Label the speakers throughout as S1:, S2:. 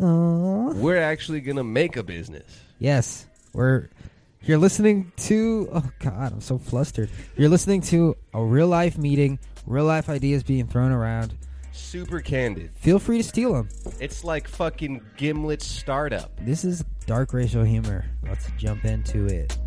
S1: Aw.
S2: We're actually gonna make a business.
S1: Yes, we're. You're listening to. Oh God, I'm so flustered. You're listening to a real life meeting, real life ideas being thrown around.
S2: Super candid.
S1: Feel free to steal them.
S2: It's like fucking Gimlet startup.
S1: This is dark racial humor. Let's jump into it.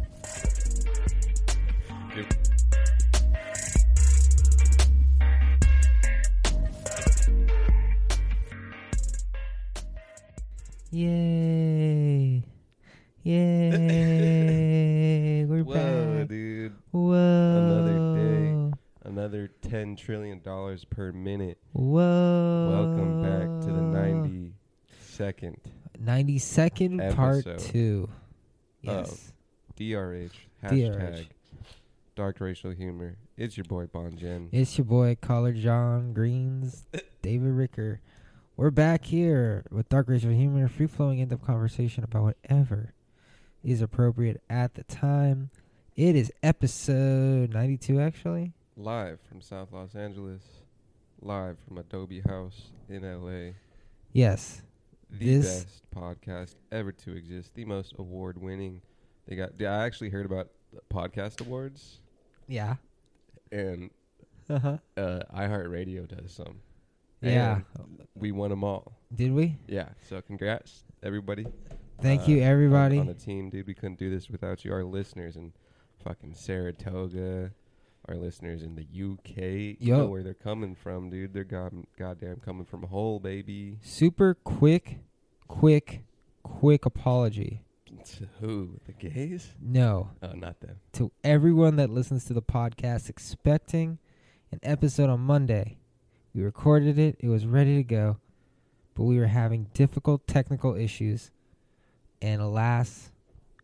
S1: Yay! Yay! We're
S2: Whoa,
S1: back.
S2: dude.
S1: Whoa!
S2: Another Another ten trillion dollars per minute.
S1: Whoa!
S2: Welcome back to the
S1: Uh.
S2: ninety second
S1: ninety-second part
S2: episode
S1: two.
S2: of
S1: Yes.
S2: DRH hashtag
S1: DRH.
S2: dark racial humor. It's your boy Bon Jen.
S1: It's your boy Caller John Greens, David Ricker. We're back here with Dark Racial Humor, free flowing end up conversation about whatever is appropriate at the time. It is episode 92, actually.
S2: Live from South Los Angeles. Live from Adobe House in LA.
S1: Yes.
S2: the
S1: This-
S2: best podcast ever to exist, the most award winning. They got. I actually heard about the podcast awards,
S1: Yeah.
S2: and
S1: Uh huh.
S2: uh, iHeartRadio does some.
S1: Yeah.
S2: And we won them all.
S1: Did we?
S2: Yeah. So congrats, everybody.
S1: Thank
S2: Uh,
S1: you,
S2: on-
S1: everybody.
S2: on the team, dude. We couldn't do this without you, our listeners in fucking Saratoga. Our listeners in the UK, you know
S1: Yup.
S2: where they're coming from, dude. They're god- goddamn coming from whole, baby.
S1: Super quick, quick, quick apology.
S2: To who? The gays?
S1: No.
S2: Oh, not them.
S1: to everyone that listens to the podcast expecting an episode on Monday. We recorded it, it was ready to go, but we were having difficult technical issues, and alas,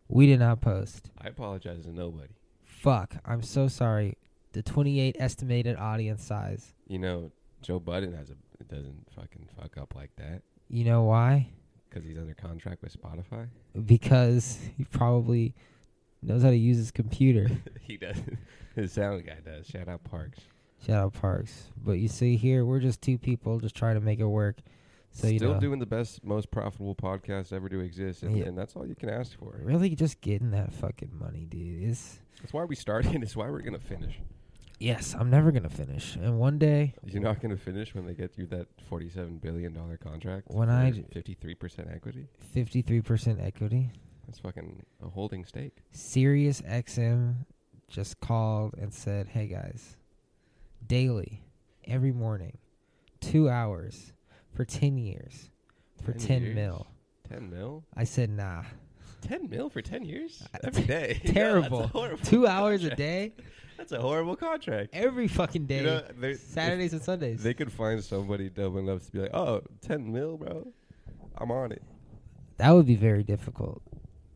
S1: we did not post.
S2: I apologize to nobody.
S1: Fuck, I'm so sorry. The 28 estimated audience size.
S2: You know, Joe Budden has a doesn't fucking fuck up like that
S1: You know why?
S2: because he's under contract with Spotify.
S1: Because he probably knows how to use his computer.
S2: he does. His sound guy does. Shout out Parks.
S1: Shout out Parks. But you see here, we're just two people just trying to make it work. So you
S2: Still
S1: know,
S2: doing the best, most profitable podcast ever to exist, and,
S1: Yeah.
S2: and that's all you can ask for.
S1: really just getting that fucking money, dude. Is
S2: That's why we started. It's why we're gonna finish.
S1: yes, I'm never gonna finish. And one day,
S2: You're not gonna finish when they get you that forty-seven billion dollar contract.
S1: When I d-
S2: fifty-three percent equity.
S1: 53% equity.
S2: That's fucking a holding stake.
S1: Sirius XM just called and said, "Hey guys, daily, every morning, two hours for ten years for
S2: 10
S1: ten,
S2: years?
S1: mil."
S2: Ten mil.
S1: I said, "Nah,
S2: Ten mil for ten years.
S1: Uh,
S2: Every day. Yo, that's a
S1: terrible.
S2: horrible
S1: two hours a
S2: contract.
S1: day,
S2: That's a horrible contract.
S1: every fucking day,
S2: You know, they- if-
S1: Saturdays and Sundays."
S2: They could find somebody dumb enough to be like, "Oh, 10 mil, bro. I'm on it."
S1: that would be very difficult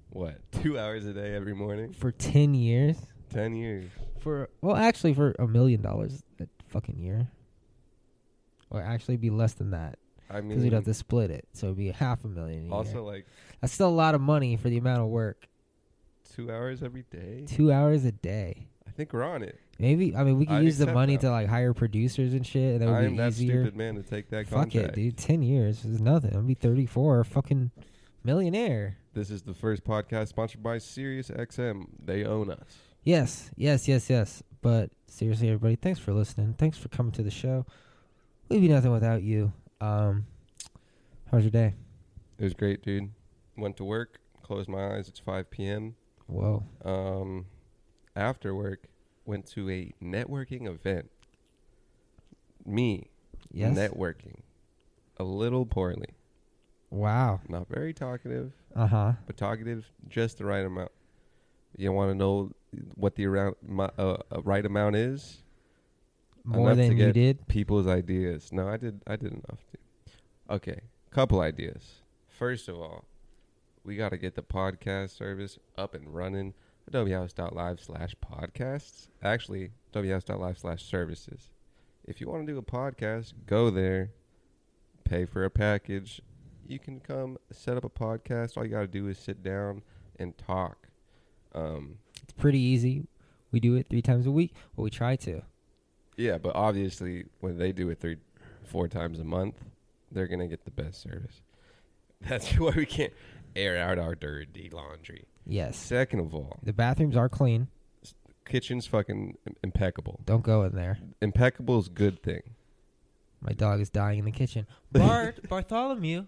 S2: What? 2 hours a day every morning?
S1: for ten years.
S2: 10 years.
S1: for well actually for a million dollars a fucking year or actually be less than that
S2: I
S1: because we'd
S2: mean,
S1: have to split it so it'd be half a million a year.
S2: also like
S1: that's still a lot of money for the amount of work
S2: 2 hours every day.
S1: two hours a day
S2: I think we're on it.
S1: maybe i mean we could
S2: I'd
S1: use the
S2: accept
S1: money
S2: that.
S1: to like hire producers and shit and that would
S2: I'm
S1: be
S2: that
S1: easier
S2: stupid man to take that
S1: fuck
S2: contract.
S1: it dude 10 years is nothing i'll be 34 fucking millionaire
S2: This is the first podcast sponsored by SiriusXM. They own us.
S1: Yes, yes, yes, yes. But seriously, everybody, thanks for listening. Thanks for coming to the show. We'd be nothing without you. Um, how was your day?
S2: It was great, dude. Went to work, closed my eyes. It's 5 p.m.
S1: Whoa,
S2: Um, after work, went to a networking event. Me,
S1: yes.
S2: networking a little poorly.
S1: wow.
S2: Not very talkative,
S1: Uh huh.
S2: but talkative just the right amount. You want to know what the around my, uh, uh, right amount is?
S1: More
S2: Enough to
S1: than you
S2: get-
S1: did.
S2: People's ideas. No, I did. I did enough. Dude. Okay, couple ideas. First of all, we got to get the podcast service up and running. Adobehouse.live slash podcasts. Actually, Adobehouse.live slash services. If you want to do a podcast, go there, pay for a package. You can come set up a podcast. All you got to do is sit down and talk. Um,
S1: It's pretty easy. We do it three times a week. Well, we try to.
S2: Yeah, but obviously when they do it three, four times a month, they're gonna get the best service. That's why we can't air out our dirty laundry.
S1: Yes.
S2: Second of all,
S1: The bathrooms are clean.
S2: kitchen's fucking im- impeccable.
S1: Don't go in there.
S2: Impeccable is a good thing.
S1: My dog is dying in the kitchen. Bart, Bartholomew.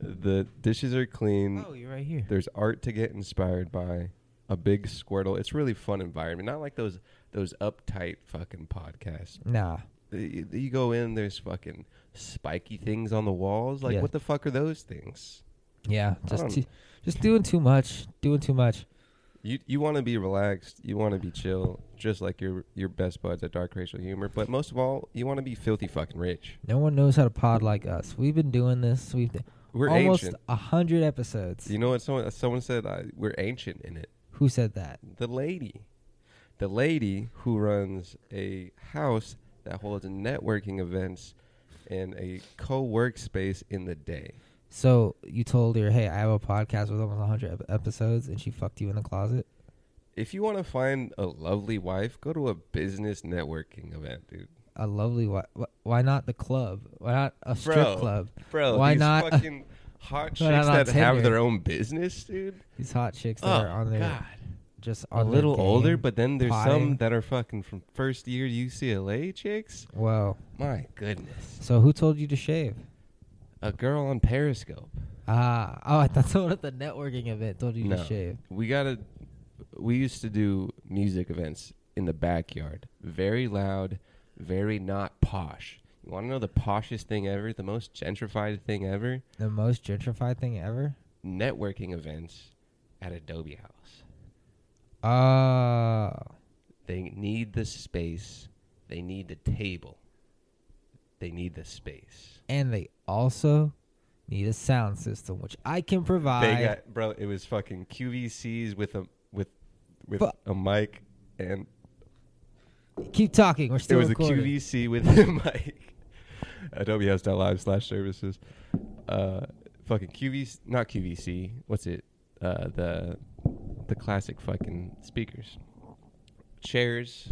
S2: The dishes are clean.
S1: Oh, you're right here.
S2: There's art to get inspired by. A big squirtle. It's really fun environment. Not like those those uptight fucking podcasts.
S1: Nah.
S2: You, you go in. There's fucking spiky things on the walls. Like
S1: Yeah.
S2: what the fuck are those things?
S1: Yeah.
S2: I
S1: Just
S2: don't-
S1: too, just doing too much. Doing too much.
S2: You you want to be relaxed. You want to be chill, just like your your best buds at Dark Racial Humor. But most of all, you want to be filthy fucking rich.
S1: No one knows how to pod like us. We've been doing this. We've been
S2: We're
S1: almost
S2: ancient.
S1: a hundred episodes.
S2: You know what? Someone someone said I, we're ancient in it.
S1: Who said that?
S2: The lady, the lady who runs a house that holds networking events and a co work space in the day.
S1: So you told her, "Hey, I have a podcast with almost 100 ep- episodes," and she fucked you in the closet.
S2: If you want to find a lovely wife, go to a business networking event, dude.
S1: A lovely why? Why not the club? Why not a strip
S2: Bro.
S1: club?
S2: Bro,
S1: Why
S2: these
S1: not-
S2: fucking hot
S1: Why not
S2: chicks
S1: on
S2: that have
S1: Tinder?
S2: their own business, dude.
S1: These hot chicks that are on there, just on
S2: Oh, a
S1: their
S2: little
S1: game.
S2: older, but then there's
S1: potting.
S2: some that are fucking from first year UCLA chicks.
S1: Whoa!
S2: My goodness,
S1: So who told you to shave?
S2: a girl on Periscope.
S1: Ah, oh, I thought someone at the networking event told you
S2: No.
S1: to shave.
S2: We gotta. We used to do music events in the backyard, very loud, very not posh. You want to know the poshest thing ever, the most gentrified thing ever?
S1: The most gentrified thing ever.
S2: Networking events at Adobe House.
S1: Oh,
S2: They need the space. They need the table. They need the space.
S1: and they also need a sound system, which I can provide.
S2: They got bro. It was fucking QVCs with a with with
S1: Fu-
S2: a mic, and
S1: Keep talking. We're
S2: it
S1: still
S2: was
S1: recording.
S2: a QVC with a mic. AdobeHouse.live slash services. Uh, fucking QVC, not QVC. What's it? Uh, the the classic fucking speakers, chairs.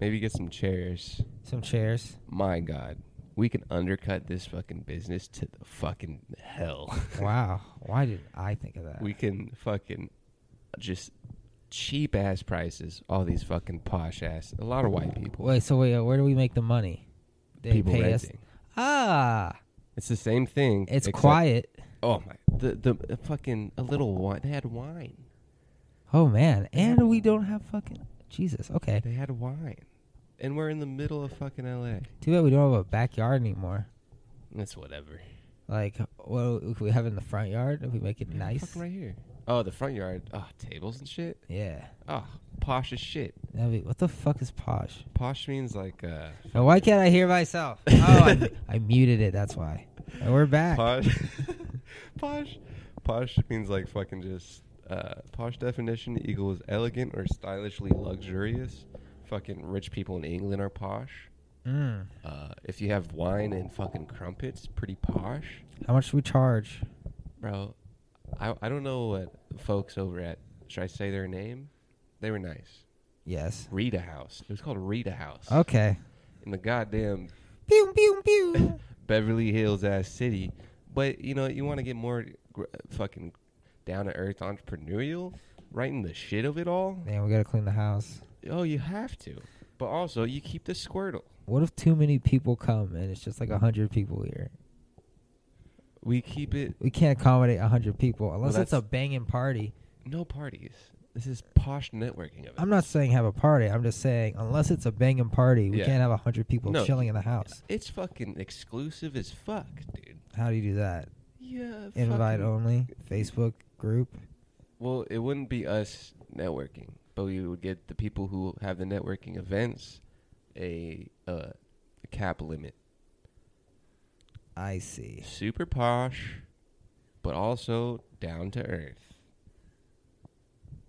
S2: Maybe get some chairs.
S1: Some chairs.
S2: My God, we can undercut this fucking business to the fucking hell.
S1: Wow. Why did I think of that?
S2: we can fucking just cheap ass prices. All these fucking posh ass. A lot of white people.
S1: Wait, so wait, uh, where do we make the money? They
S2: people
S1: pay us.
S2: renting.
S1: Ah,
S2: It's the same thing.
S1: it's
S2: except-
S1: quiet.
S2: Oh my. The the uh, fucking a little wine. They had wine.
S1: Oh man, and we don't have fucking Jesus. Okay,
S2: They had wine, and we're in the middle of fucking L.A.
S1: too bad we don't have a backyard anymore.
S2: That's whatever.
S1: Like, what do we have in the front yard? If we make it nice,
S2: Fucking right here. Oh, the front yard. Oh, tables and shit.
S1: yeah.
S2: Oh, posh as shit.
S1: That'd be, what the fuck is posh?
S2: Posh means like uh.
S1: Now, why can't I hear myself? Oh, I, I muted it. That's why. And we're back.
S2: Posh, posh, posh means like fucking just. Uh, posh definition equals elegant or stylishly luxurious. Fucking rich people in England are posh.
S1: Mm.
S2: Uh, if you have wine and fucking crumpets, pretty posh,
S1: How much do we charge?
S2: bro. I I don't know what folks over at. Should I say their name? They were nice.
S1: Yes.
S2: Rita House. It was called Rita House.
S1: Okay.
S2: In the goddamn
S1: Pew pew pew.
S2: Beverly Hills ass city. But you know, you want to get more gr- fucking down to earth entrepreneurial, right in the shit of it all.
S1: Man, we gotta clean the house.
S2: Oh, you have to. But also, you keep the squirtle.
S1: What if too many people come and it's just like a hundred people here?
S2: We keep it
S1: We can't accommodate a hundred people unless
S2: Well,
S1: it's a
S2: that's-
S1: banging party.
S2: no parties. This is posh networking of it.
S1: I'm not saying have a party. I'm just saying unless it's a banging party, we
S2: Yeah.
S1: can't have a hundred people
S2: No.
S1: chilling in the house.
S2: It's fucking exclusive as fuck, dude.
S1: How do you do that?
S2: Yeah.
S1: Invite
S2: fucking-
S1: only, Facebook group.
S2: Well, it wouldn't be us networking, but we would get the people who have the networking events a, uh, a cap limit.
S1: I see.
S2: super posh, but also down to earth.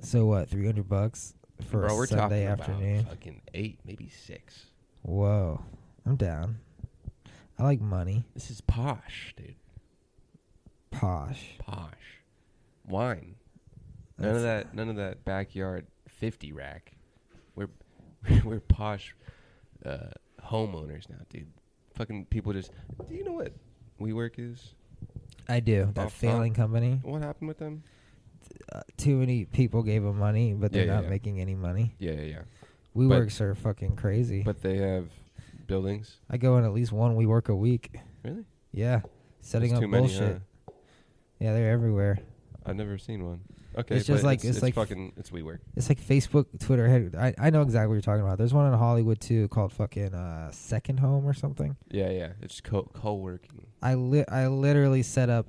S1: So what? Three hundred bucks for
S2: Bro,
S1: a
S2: we're
S1: Sunday
S2: talking
S1: afternoon?
S2: about fucking eight, maybe six.
S1: Whoa, I'm down. I like money.
S2: This is posh, dude.
S1: Posh.
S2: Posh wine. None
S1: That's-
S2: of that. None of that backyard fifty rack. We're we're posh uh, homeowners now, dude. Fucking people just. Do you know what WeWork is?
S1: I do. That
S2: Off top?
S1: failing company.
S2: What happened with them?
S1: Uh, too many people gave them money, but they're
S2: Yeah, yeah,
S1: not
S2: yeah.
S1: making any money.
S2: Yeah, yeah, yeah.
S1: We
S2: But-
S1: works are fucking crazy.
S2: But they have buildings.
S1: I go in at least one we work a week.
S2: Really?
S1: Yeah. Setting
S2: There's
S1: up bullshit. Yeah, they're everywhere.
S2: I've never seen one. Okay,
S1: It's just
S2: but
S1: like-
S2: it's,
S1: it's like-
S2: fucking it's WeWork.
S1: It's like Facebook, Twitter. Head. I, I know exactly what you're talking about. There's one in Hollywood too called fucking uh, Second Home or something.
S2: Yeah, yeah. It's co co-working.
S1: I li- I literally set up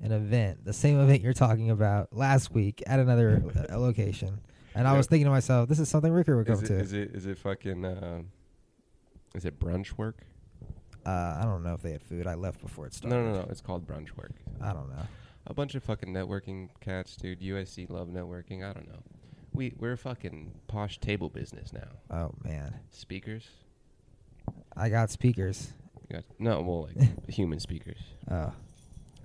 S1: an event, the same event you're talking about last week at another uh, location. And I
S2: Yeah.
S1: was thinking to myself, this is something Ricker would come
S2: Is it,
S1: to.
S2: is it is it fucking uh, is it brunch work?
S1: uh, I don't know if they had food. I left before it started.
S2: No, no, no. It's called brunch work.
S1: I don't know.
S2: A bunch of fucking networking cats, dude. USC love networking. I don't know. We we're fucking posh table business now.
S1: Oh man,
S2: Speakers?
S1: I got speakers.
S2: You got- No, well, like human speakers.
S1: Oh,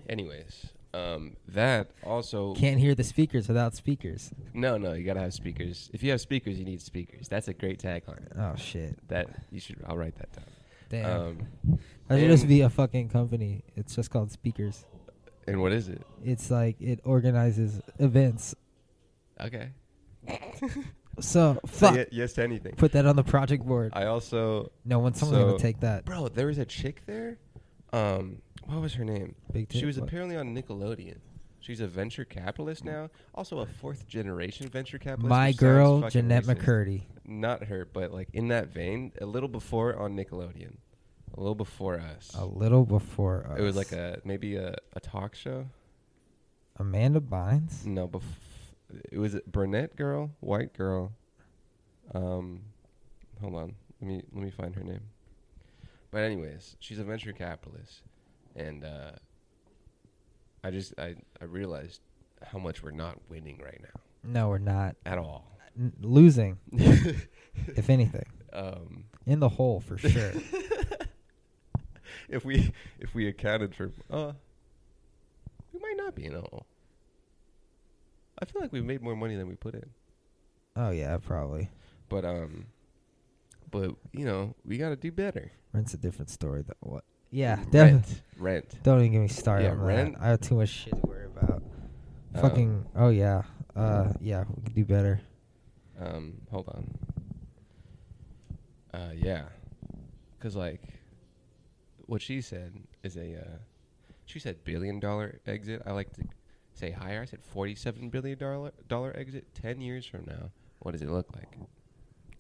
S2: Anyways, um, that also
S1: can't hear the speakers without speakers.
S2: no, no. You gotta have speakers. If you have speakers, you need speakers. That's a great tagline.
S1: Oh shit,
S2: That you should. I'll write that down.
S1: damn.
S2: Um,
S1: that should just
S2: and-
S1: be a fucking company. It's just called Speakers.
S2: and what is it?
S1: It's like it organizes events.
S2: Okay.
S1: So
S2: Say
S1: fuck,
S2: ye- yes to anything.
S1: put that on the project board.
S2: I also,
S1: no one, someone's gonna
S2: so-
S1: take that.
S2: bro, there was a chick there. Um, what was her name?
S1: Big
S2: She
S1: tit-
S2: was
S1: what?
S2: apparently on Nickelodeon. She's a venture capitalist now, also a fourth generation venture capitalist.
S1: My
S2: which sounds
S1: girl,
S2: fucking
S1: Jeanette
S2: racist.
S1: McCurdy.
S2: Not her, but like in that vein, a little before on Nickelodeon, a little before us.
S1: A little before uh, us.
S2: It was like a maybe a, a talk show.
S1: Amanda Bynes.
S2: No, bef- it was a brunette girl, white girl. Um, hold on, let me let me find her name. But anyways, she's a venture capitalist, and uh, I just I I realized how much we're not winning right now
S1: No, we're not
S2: at all.
S1: N- losing, if anything,
S2: Um,
S1: in the hole for sure.
S2: if we if we accounted for uh, we might not be in a hole. I feel like we've made more money than we put in.
S1: oh yeah, probably.
S2: But um, but you know, we gotta do better.
S1: Rent's a different story though. What? Yeah,
S2: rent,
S1: definitely.
S2: rent.
S1: Don't even get me started
S2: Yeah,
S1: on
S2: rent.
S1: that. I have too much shit to worry about.
S2: Um,
S1: Fucking. Oh yeah. Uh yeah. We could do better.
S2: Um, hold on. Uh, yeah, cause like, what she said is a, uh, she said billion dollar exit. I like to say higher. I said forty seven billion dollar dollar exit. Ten years from now, what does it look like? 10 years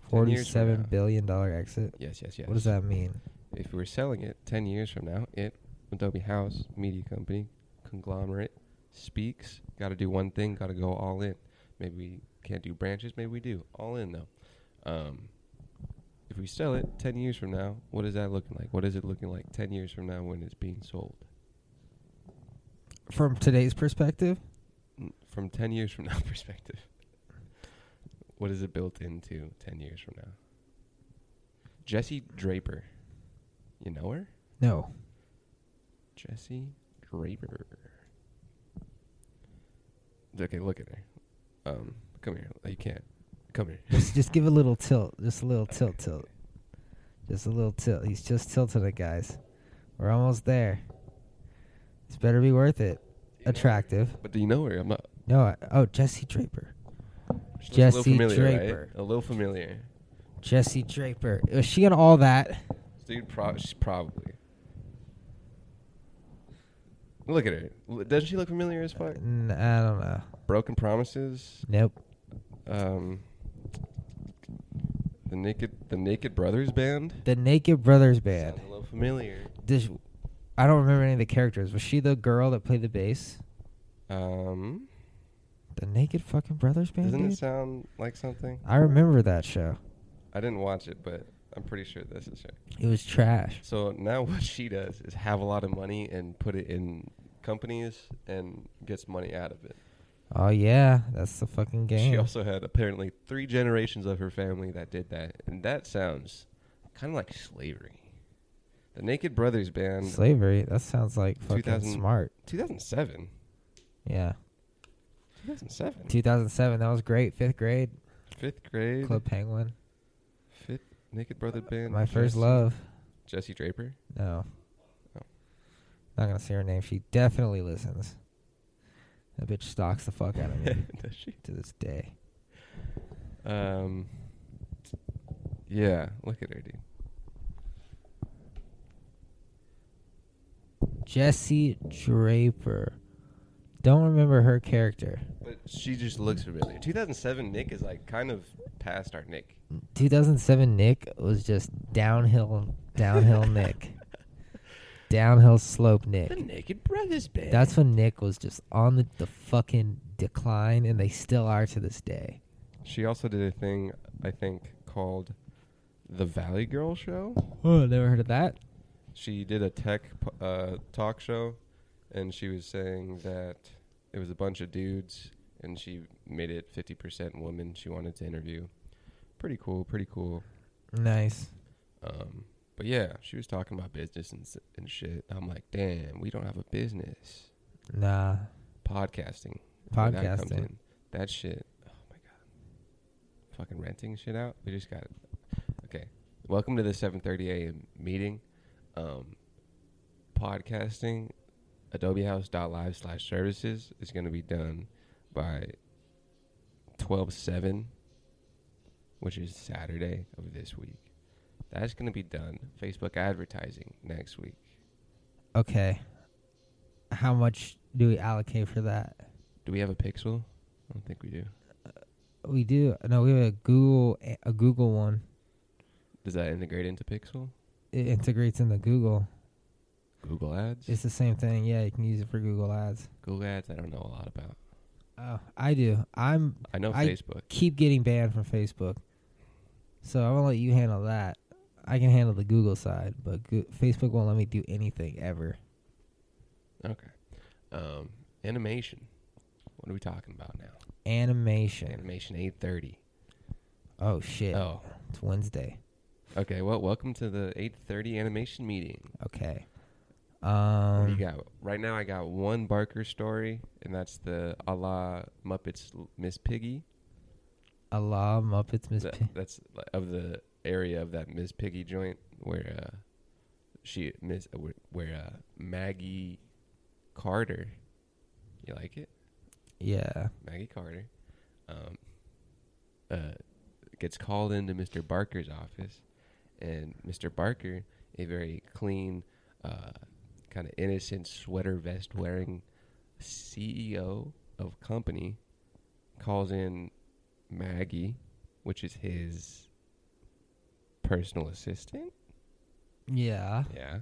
S2: from
S1: Forty-seven
S2: now.
S1: billion dollar exit.
S2: Yes, yes, yes.
S1: What does that mean?
S2: if we were selling it 10 years from now, it, Adobe House, media company, conglomerate, speaks, got to do one thing, got to go all in. Maybe we can't do branches, maybe we do. All in, though. Um, if we sell it 10 years from now, what is that looking like? What is it looking like 10 years from now when it's being sold?
S1: From today's perspective,
S2: N- From 10 years from now perspective, what is it built into 10 years from now? Jesse Draper. You know her?
S1: no.
S2: Jesse Draper. Okay, look at her. Um, come here. You can't. Come here.
S1: Just just give a little tilt. Just a little tilt, tilt. Just a little tilt. He's just tilting it, guys. We're almost there. It's better be worth it. Attractive.
S2: But do you know her? I'm not.
S1: No. I, oh, Jesse Draper.
S2: She looks a
S1: Jesse
S2: little familiar, right?
S1: Draper.
S2: A little familiar.
S1: Jesse Draper. Was she in all that?
S2: Dude, pro- she's probably. Look at her. L- Doesn't she look familiar as fuck?
S1: N- I don't know.
S2: Broken Promises.
S1: Nope.
S2: Um. The naked, the Naked Brothers band.
S1: The Naked Brothers Band.
S2: Sounds a little familiar.
S1: This, I don't remember any of the characters. Was she the girl that played the bass?
S2: Um.
S1: The Naked fucking Brothers Band.
S2: Doesn't
S1: Dude?
S2: it sound like something?
S1: I remember that show.
S2: I didn't watch it, but I'm pretty sure this is her.
S1: It was trash.
S2: So now what she does is have a lot of money and put it in companies and gets money out of it.
S1: Oh yeah, that's the fucking game.
S2: She also had apparently three generations of her family that did that, and that sounds kind of like slavery. The Naked Brothers Band,
S1: Slavery. That sounds like fucking
S2: 2000
S1: smart.
S2: 2007.
S1: Yeah.
S2: 2007.
S1: 2007. That was great. Fifth grade.
S2: Fifth grade.
S1: Club Penguin.
S2: Fifth Naked Brother Band.
S1: My first
S2: Jesse-
S1: love.
S2: Jesse Draper.
S1: No.
S2: Oh.
S1: Not gonna say her name. She definitely listens. That bitch stalks the fuck out of me
S2: Does she?
S1: to this day.
S2: Um. Yeah, look at her, dude.
S1: Jesse Draper. Don't remember her character.
S2: But she just looks familiar. 2007 Nick is like kind of past our Nick.
S1: 2007 Nick was just downhill, downhill Nick, downhill slope
S2: The
S1: Nick.
S2: Naked Brothers Band.
S1: That's when Nick was just on the, the fucking decline, and they still are to this day.
S2: She also did a thing I think called the Valley Girl Show.
S1: Oh, never heard of that.
S2: She did a tech p- uh, talk show, and she was saying that it was a bunch of dudes, and she made it 50% women. She wanted to interview. Pretty cool. Pretty cool.
S1: Nice.
S2: Um, but yeah, she was talking about business and, s- and shit. I'm like, damn, we don't have a business.
S1: Nah,
S2: Podcasting. When That, comes
S1: podcasting.
S2: in, that shit. Oh my god. Fucking renting shit out. We just got it. Okay. Welcome to the 7:30 a.m. meeting. Um, podcasting, AdobeHouse.live/services is going to be done by 12/7, which is Saturday of this week. That's going to be done. Facebook advertising next week.
S1: Okay. How much do we allocate for that?
S2: Do we have a pixel? I don't think we do.
S1: We do. No, we have a Google a Google one.
S2: Does that integrate into Pixel?
S1: It integrates into Google.
S2: Google Ads?
S1: It's the same thing. Yeah, you can use it for Google Ads.
S2: Google Ads, I don't know a lot about.
S1: Oh, I do. I'm
S2: I know
S1: I-
S2: Facebook.
S1: keep getting banned from Facebook. So I'm gonna let you handle that. I can handle the Google side, but Goo- Facebook won't let me do anything ever.
S2: Okay. Um, animation. What are we talking about now?
S1: Animation.
S2: Animation 830.
S1: Oh shit!
S2: Oh.
S1: It's Wednesday.
S2: Okay, well, welcome to the 830 animation meeting.
S1: Okay.
S2: What do you
S1: Um,
S2: got? Right now I got one Barker story, and that's the a la Muppets L- Miss Piggy.
S1: a la Muppets Miss.
S2: That-
S1: Pig.
S2: that's li- of the area of that Miss Piggy joint where uh, she Miss uh, where- where uh, Maggie Carter. You like it?
S1: yeah.
S2: Maggie Carter, um, uh, gets called into Mr. Barker's office, and Mr. Barker, a very clean, uh, kind of innocent sweater vest wearing CEO of company, calls in Maggie, which is his personal assistant.
S1: Yeah.
S2: Yeah.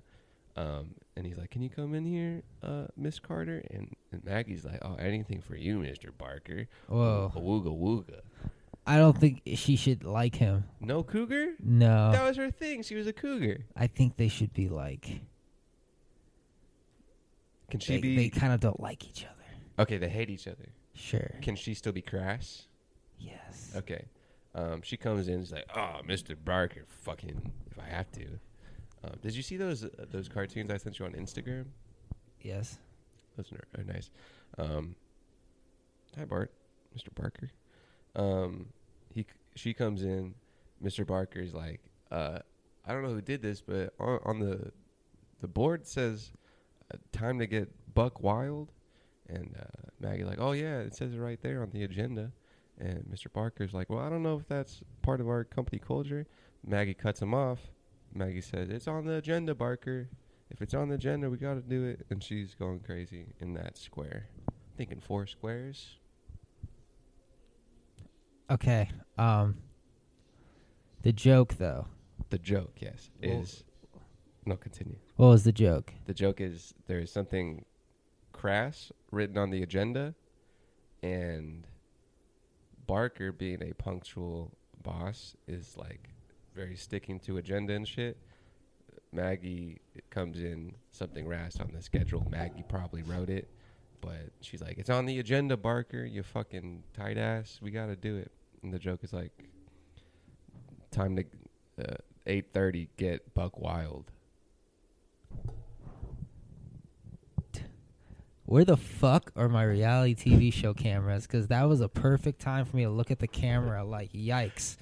S2: Um, and he's like, "Can you come in here, uh, Miss Carter?" And, and Maggie's like, "Oh, anything for you, Mister Barker."
S1: Whoa.
S2: Wooga wooga.
S1: I don't think she should like him.
S2: No cougar?
S1: No.
S2: That was her thing. She was a cougar.
S1: I think they should be like.
S2: Can she
S1: They,
S2: be
S1: they kind of don't like each other.
S2: Okay, they hate each other.
S1: Sure.
S2: Can she still be crass?
S1: Yes.
S2: Okay. Um, she comes in. She's like, "Oh, Mr. Barker, fucking, if I have to." Um, did you see those uh, those cartoons I sent you on Instagram?
S1: Yes.
S2: Those are are nice. Um, hi, Bart, Mr. Barker. Um, he c- she comes in. Mr. Barker's like, uh, I don't know who did this, but on, on the the board says uh, time to get buck wild, and uh, Maggie like, oh yeah, it says it right there on the agenda. And Mr. Barker's like, well, I don't know if that's part of our company culture. Maggie cuts him off. Maggie says, it's on the agenda, Barker if it's on the agenda, we got to do it. And she's going crazy in that square. Thinking four squares.
S1: Okay. Um. The joke though.
S2: The joke, yes,
S1: Well-
S2: is. No, continue.
S1: What was the joke?
S2: The joke is there is something crass written on the agenda, and Barker, being a punctual boss, is like very sticking to agenda and shit. Maggie comes in something rash on the schedule. Maggie probably wrote it, but she's like, "It's on the agenda, Barker. You fucking tight ass. We gotta do it." And the joke is like, "Time to uh, eight thirty. Get buck wild."
S1: Where the fuck are my reality TV show cameras? Because that was a perfect time for me to look at the camera. Like, yikes!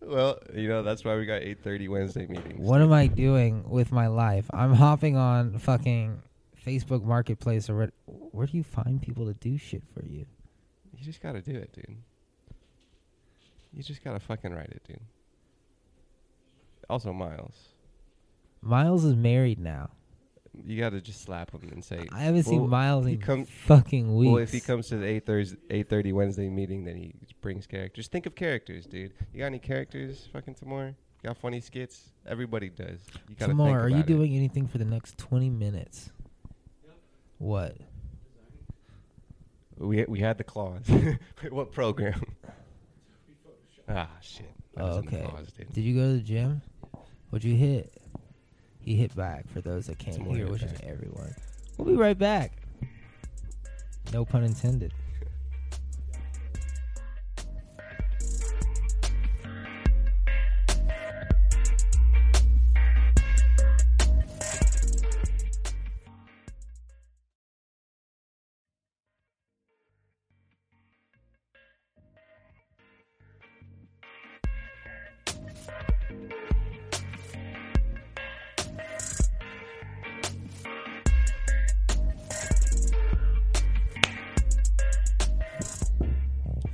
S2: Well, you know that's why we got eight thirty Wednesday meetings.
S1: What am I doing with my life? I'm hopping on fucking Facebook Marketplace or what? Where do you find people to do shit for you?
S2: You just gotta do it, dude. You just gotta fucking write it, dude. Also, Miles,
S1: Miles is married now.
S2: you gotta just slap him and say,
S1: I haven't
S2: well,
S1: seen Miles
S2: he
S1: in
S2: come-
S1: fucking weeks.
S2: "Well, if he comes to the eight Thursday, eight thirty Wednesday meeting, then he brings characters. Think of characters, dude. You got any characters? Fucking tomorrow. You got funny skits? Everybody does. You gotta
S1: Tomorrow,
S2: think
S1: are you
S2: about it.
S1: doing anything for the next 20 minutes? What?
S2: We we had the clause. what program? ah, shit. That was in the
S1: Okay.
S2: clause, dude.
S1: Did you go to the gym? What'd you hit? He hit back for those that can't
S2: Some more
S1: hear,
S2: hit
S1: which is
S2: back.
S1: everyone. We'll be right back. No pun intended.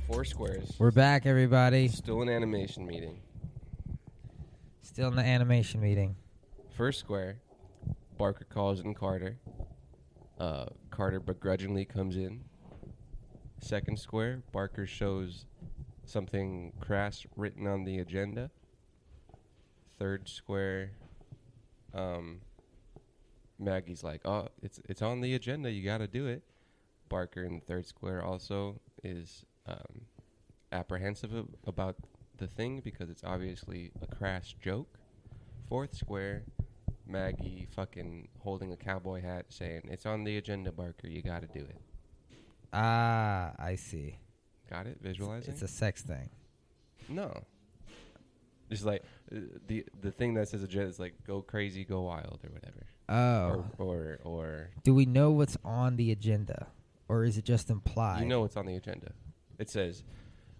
S2: Four squares.
S1: We're back, everybody.
S2: Still an animation meeting.
S1: Still in the animation meeting.
S2: First square, Barker calls in Carter. Uh, Carter begrudgingly comes in. Second square, Barker shows something crass written on the agenda. Third square, um, Maggie's like, "Oh, it's it's on the agenda. You got to do it." Barker in the third square also is um, apprehensive ab- about the thing because it's obviously a crass joke. Fourth square, Maggie fucking holding a cowboy hat saying, It's on the agenda, Barker. You got to do it.
S1: Ah, I see.
S2: Got it?
S1: It's-
S2: Visualizing?
S1: It's a sex thing.
S2: no. It's like uh, the the thing that says agenda is like go crazy, go wild, or whatever.
S1: Oh.
S2: Or, or, or
S1: Do we know what's on the agenda? Or is it just implied?
S2: you know what's on the agenda. It says,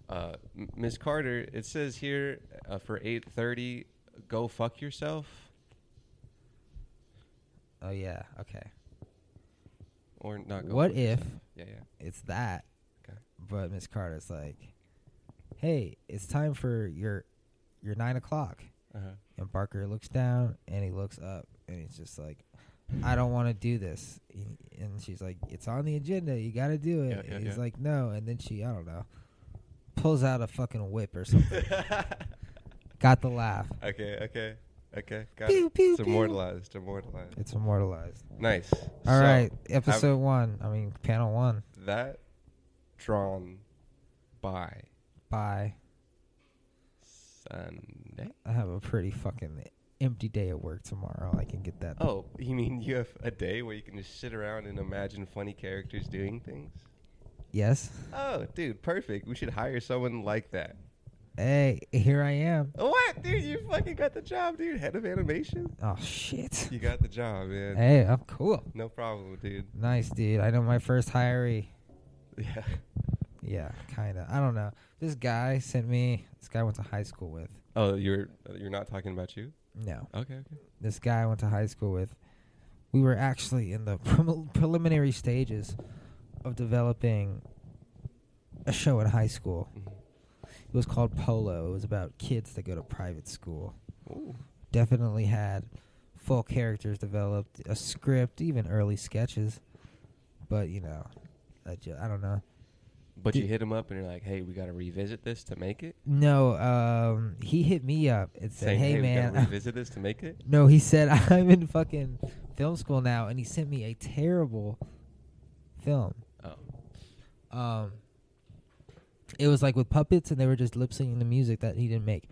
S2: uh, M- Ms. Carter, it says here uh, for 8.30, go fuck yourself.
S1: Oh, yeah. Okay.
S2: Or not go
S1: What
S2: fuck
S1: if-
S2: yourself. Yeah, yeah.
S1: It's that.
S2: Okay.
S1: But Miss Carter's like, hey, it's time for your your nine o'clock.
S2: Uh-huh.
S1: And Barker looks down and he looks up and he's just like, I don't want to do this. And- And she's like, It's on the agenda. You got to do it.
S2: Yeah, yeah,
S1: and he's
S2: yeah.
S1: like, No. And then she, I don't know, pulls out a fucking whip or something. Got the laugh.
S2: Okay, okay, okay. Got
S1: Pew,
S2: it.
S1: pew,
S2: it's
S1: pew.
S2: immortalized. Immortalized.
S1: It's immortalized.
S2: Nice.
S1: All
S2: So,
S1: right. Episode one. I mean, panel one
S2: That drawn by
S1: by.
S2: Sunday.
S1: I have a pretty fucking empty day at work tomorrow. I can get that.
S2: Oh, you mean you have a day where you can just sit around and imagine funny characters doing things?
S1: Yes.
S2: Oh, dude, perfect. We should hire someone like that.
S1: Hey, here I am.
S2: What, dude? You fucking got the job, dude. Head of animation.
S1: Oh shit.
S2: You got the job, man.
S1: Hey, I'm cool.
S2: No problem, dude.
S1: Nice, dude. I know my first hiree.
S2: Yeah.
S1: Yeah, kinda. I don't know. This guy sent me. This guy I went to high school with.
S2: Oh, you're you're not talking about you?
S1: No,
S2: Okay, okay.
S1: this guy I went to high school with. We were actually in the premi- preliminary stages of developing a show at high school.
S2: Mm-hmm.
S1: It was called Polo. It was about kids that go to private school.
S2: Ooh.
S1: definitely had full characters developed, a script, even early sketches. But you know, I, ju- I don't know.
S2: But
S1: Did-
S2: you hit him up and you're like, "Hey, we got to revisit this to make it."
S1: No, um, he hit me up and said,
S2: Saying,
S1: "Hey,
S2: we gotta
S1: man."
S2: revisit this to make it."
S1: no, he said I'm in fucking film school now, and he sent me a terrible film.
S2: Oh,
S1: Um, it was like with puppets, and they were just lip syncing the music that he didn't make.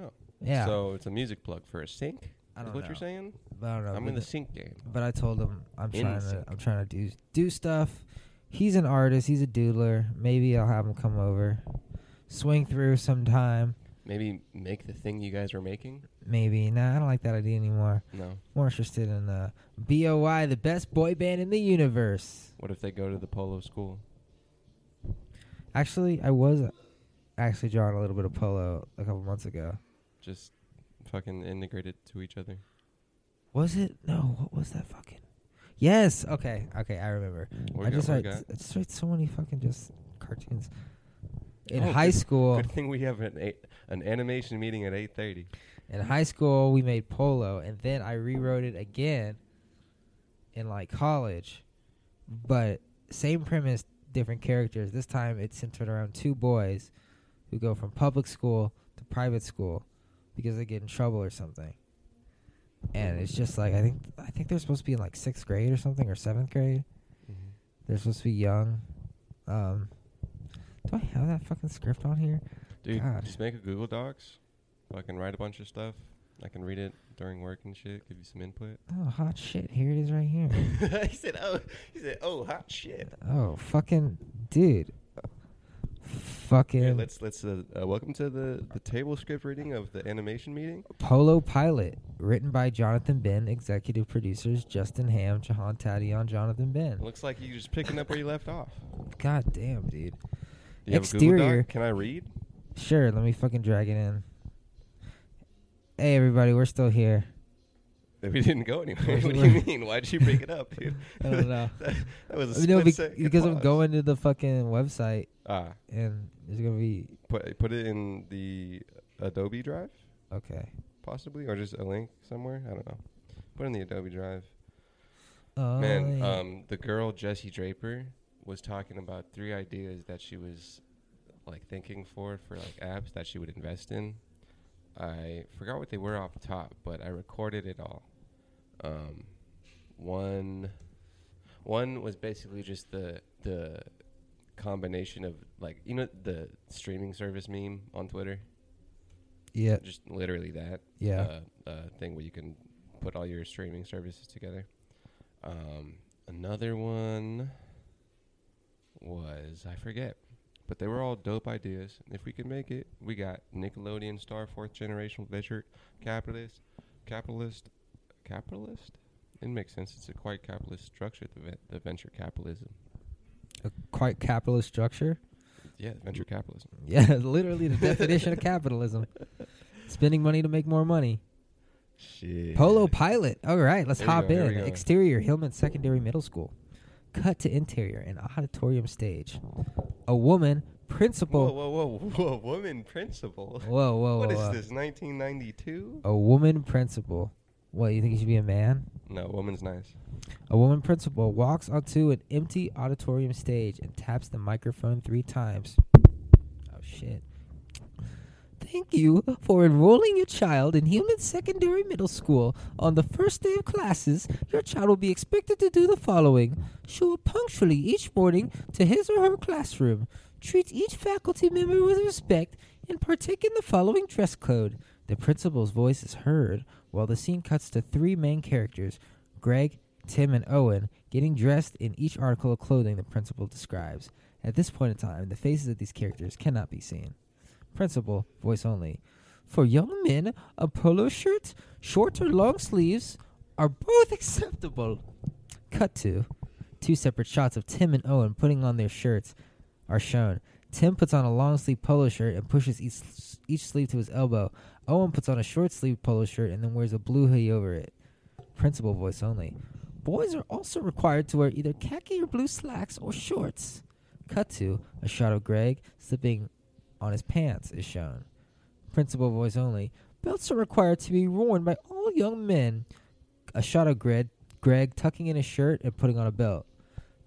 S2: Oh.
S1: yeah.
S2: So it's a music plug for a sink.
S1: I
S2: is
S1: don't
S2: what
S1: know.
S2: you're saying?
S1: But I don't know.
S2: I'm
S1: but
S2: in the sink game.
S1: But I told him I'm
S2: In
S1: trying to
S2: sync.
S1: I'm trying to do do stuff. He's an artist. He's a doodler. Maybe I'll have him come over, swing through sometime.
S2: Maybe make the thing you guys were making.
S1: Maybe nah. I don't like that idea anymore.
S2: No.
S1: More interested in uh, Boy, the best boy band in the universe.
S2: What if they go to the polo school?
S1: Actually, I was actually drawing a little bit of polo a couple months ago.
S2: Just fucking integrated to each other.
S1: Was it? No. What was that fucking? Yes. Okay. Okay. I remember.
S2: What
S1: I
S2: we got,
S1: just
S2: what we
S1: write.
S2: got?
S1: I just write so many fucking just cartoons. In
S2: Oh,
S1: high
S2: good-
S1: school,
S2: Good thing we have an eight, an animation meeting at eight thirty.
S1: in high school we made polo, and then I rewrote it again. In like college, but same premise, different characters. This time it's centered around two boys, who go from public school to private school, because they get in trouble or something. And it's just like I think I think they're supposed to be in like sixth grade or something or seventh grade. They're supposed to be young. Um, do I have that fucking script on here?
S2: Dude,
S1: God.
S2: just make a Google Docs. Fucking write a bunch of stuff. I can read it during work and shit. Give you some input.
S1: Oh, hot shit. Here it is right here.
S2: he said, "Oh, he said, oh, hot shit."
S1: oh, fucking dude. Fucking
S2: Here, let's let's uh, uh, welcome to the the table script reading of the animation meeting.
S1: Polo Pilot, written by Jonathan Ben, executive producers Justin Ham, Jahan Taddeon, Jonathan Ben.
S2: Looks like you're just picking up where you left off.
S1: God damn, dude.
S2: Do you have a Google
S1: Exterior.
S2: Doc? Can I read?
S1: Sure, let me fucking drag it in. Hey, everybody, we're still here.
S2: We didn't go anywhere.
S1: Where's
S2: what
S1: the
S2: do you
S1: word?
S2: mean? Why'd you bring it up, dude?
S1: I don't know.
S2: that, that was a
S1: No,
S2: split
S1: bec-
S2: second
S1: because I'm
S2: pause.
S1: going to the fucking website
S2: Ah,
S1: and there's going to be.
S2: put put it in the Adobe Drive,
S1: Okay.
S2: possibly, or just a link somewhere. I don't know. Put it in the Adobe Drive.
S1: Oh,
S2: Man,
S1: yeah.
S2: um, the girl Jessie Draper was talking about three ideas that she was like thinking for for like apps that she would invest in. I forgot what they were off the top, but I recorded it all. Um, one, one was basically just the the combination of like you know the streaming service meme on Twitter,
S1: yeah,
S2: just literally that
S1: yeah.
S2: uh, uh, thing where you can put all your streaming services together. Um, another one was I forget, but they were all dope ideas. If we could make it, we got Nickelodeon Star, fourth generation venture capitalist, capitalist, capitalist. It makes sense. It's a quite capitalist structure. The, ve- the venture capitalism.
S1: a quite capitalist structure.
S2: Yeah, venture capitalism.
S1: Yeah, literally the definition of capitalism. Spending money to make more money.
S2: Shit.
S1: Polo Pilot. All right, let's
S2: Here we
S1: hop
S2: go, here
S1: in.
S2: we go.
S1: Exterior Hillman Secondary Middle School. Cut to interior an auditorium stage. A woman,
S2: Whoa,
S1: principal.
S2: whoa, whoa, whoa! Woman principal.
S1: Whoa, whoa, whoa. uh,
S2: What is
S1: whoa.
S2: this? 1992?
S1: A woman principal. What, you think he should be a man?
S2: No, woman's nice.
S1: A woman principal walks onto an empty auditorium stage and taps the microphone three times. Oh shit. Thank you for enrolling your child in Human Secondary Middle School. On the first day of classes, your child will be expected to do the following show up punctually each morning to his or her classroom, treat each faculty member with respect, and partake in the following dress code. The principal's voice is heard while the scene cuts to three main characters Greg, Tim, and Owen getting dressed in each article of clothing the principal describes. At this point in time, the faces of these characters cannot be seen. Principal, voice only. For young men, a polo shirt, short or long sleeves, are both acceptable. Cut to. Two separate shots of Tim and Owen putting on their shirts are shown. Tim puts on a long sleeve polo shirt and pushes each, each sleeve to his elbow. Owen puts on a short sleeve polo shirt and then wears a blue hoodie over it. Principal voice only. Boys are also required to wear either khaki or blue slacks or shorts. Cut to a shot of Greg slipping on his pants is shown. Principal voice only. Belts are required to be worn by all young men. A shot of Greg, Greg tucking in his shirt and putting on a belt.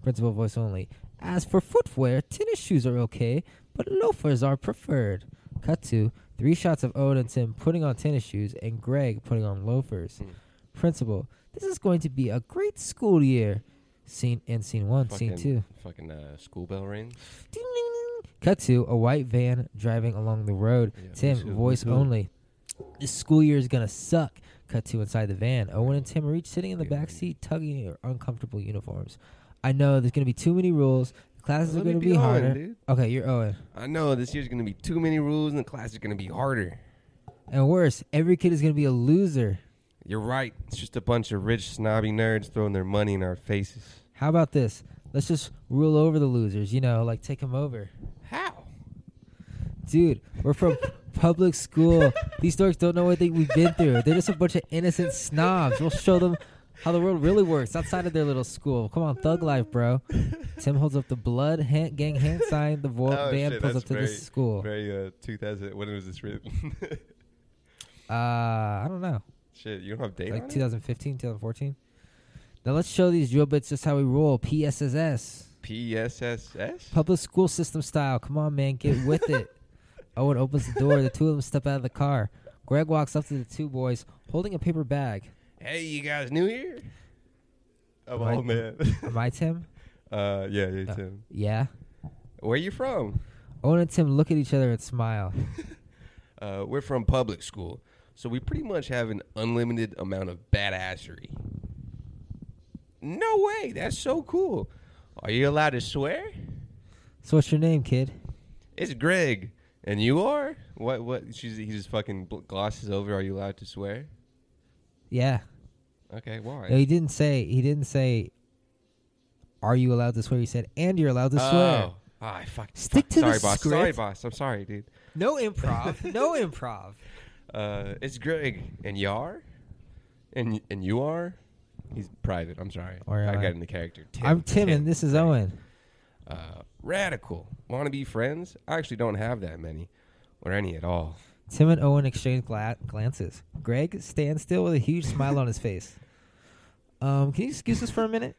S1: Principal voice only. As for footwear, tennis shoes are okay, but loafers are preferred. Cut to three shots of Owen and Tim putting on tennis shoes and Greg putting on loafers.
S2: Hmm.
S1: Principal, this is going to be a great school year. Scene in scene one, scene
S2: Fucking-
S1: two.
S2: Fucking uh, school bell rings.
S1: Ding, ding, ding. Cut to a white van driving along the road.
S2: Yeah,
S1: Tim,
S2: who's who,
S1: voice
S2: who's who?
S1: only. This school year is gonna suck. Cut to inside the van. Owen and Tim are each sitting in the
S2: Yeah.
S1: back seat, tugging their uncomfortable uniforms. I know there's gonna be too many rules. The classes
S2: Let
S1: are
S2: me
S1: gonna
S2: be
S1: be,
S2: Owen,
S1: harder.
S2: dude.
S1: Okay, you're Owen.
S2: I know this year's gonna be too many rules, and the class is gonna be harder.
S1: And worse, every kid is gonna be a loser.
S2: You're right. It's just a bunch of rich snobby nerds throwing their money in our faces.
S1: How about this? Let's just rule over the losers. You know, like take them over.
S2: How?
S1: Dude, we're from public school. These dorks don't know what they, we've been through. They're just a bunch of innocent snobs. We'll show them how the world really works outside of their little school. Come on, thug life, bro. Tim holds up the blood hand, gang hand sign. The vo-
S2: Oh,
S1: van
S2: shit,
S1: pulls up
S2: that's
S1: to the
S2: very-
S1: school.
S2: Very uh, 2000. When was this written?
S1: Uh, I don't know,
S2: Shit, you don't have data.
S1: like
S2: on it?
S1: 2015, 2014. Now let's show these drill bits just how we roll. PSSS,
S2: PSSS.
S1: public school system style. Come on, man, get with it. Owen opens the door. The two of them step out of the car. Greg walks up to the two boys holding a paper bag.
S2: Hey, you guys, new here. I'm
S1: Am I-
S2: old man.
S1: Am I Tim?
S2: uh, yeah, yeah,
S1: Uh,
S2: Tim.
S1: Yeah.
S2: Where you from?
S1: Owen and Tim look at each other and smile.
S2: Uh, we're from public school, so we pretty much have an unlimited amount of badassery. No way, that's so cool. Are you allowed to swear?
S1: So what's your name, kid?
S2: It's Greg, and you are what? What? She's, he just fucking bl- glosses over. Are you allowed to swear?
S1: Yeah.
S2: Okay, why?
S1: No, he didn't say. He didn't say. Are you allowed to swear? He said, and you're allowed to swear.
S2: Oh, oh I fuck.
S1: Stick
S2: fuck.
S1: to the
S2: sorry, boss. Sorry,
S1: script.
S2: boss. I'm sorry, dude.
S1: No improv. no improv.
S2: Uh, it's Greg, and you are, and y- and you are. He's private. I'm sorry.
S1: Or
S2: I
S1: am I?
S2: got in the character. Tim.
S1: I'm Tim, and this is
S2: Greg.
S1: Owen.
S2: Uh, radical. Want to be friends? I actually don't have that many, or any at all.
S1: Tim and Owen exchange gla- glances. Greg stands still with a huge smile on his face. Um, can you excuse us for a minute?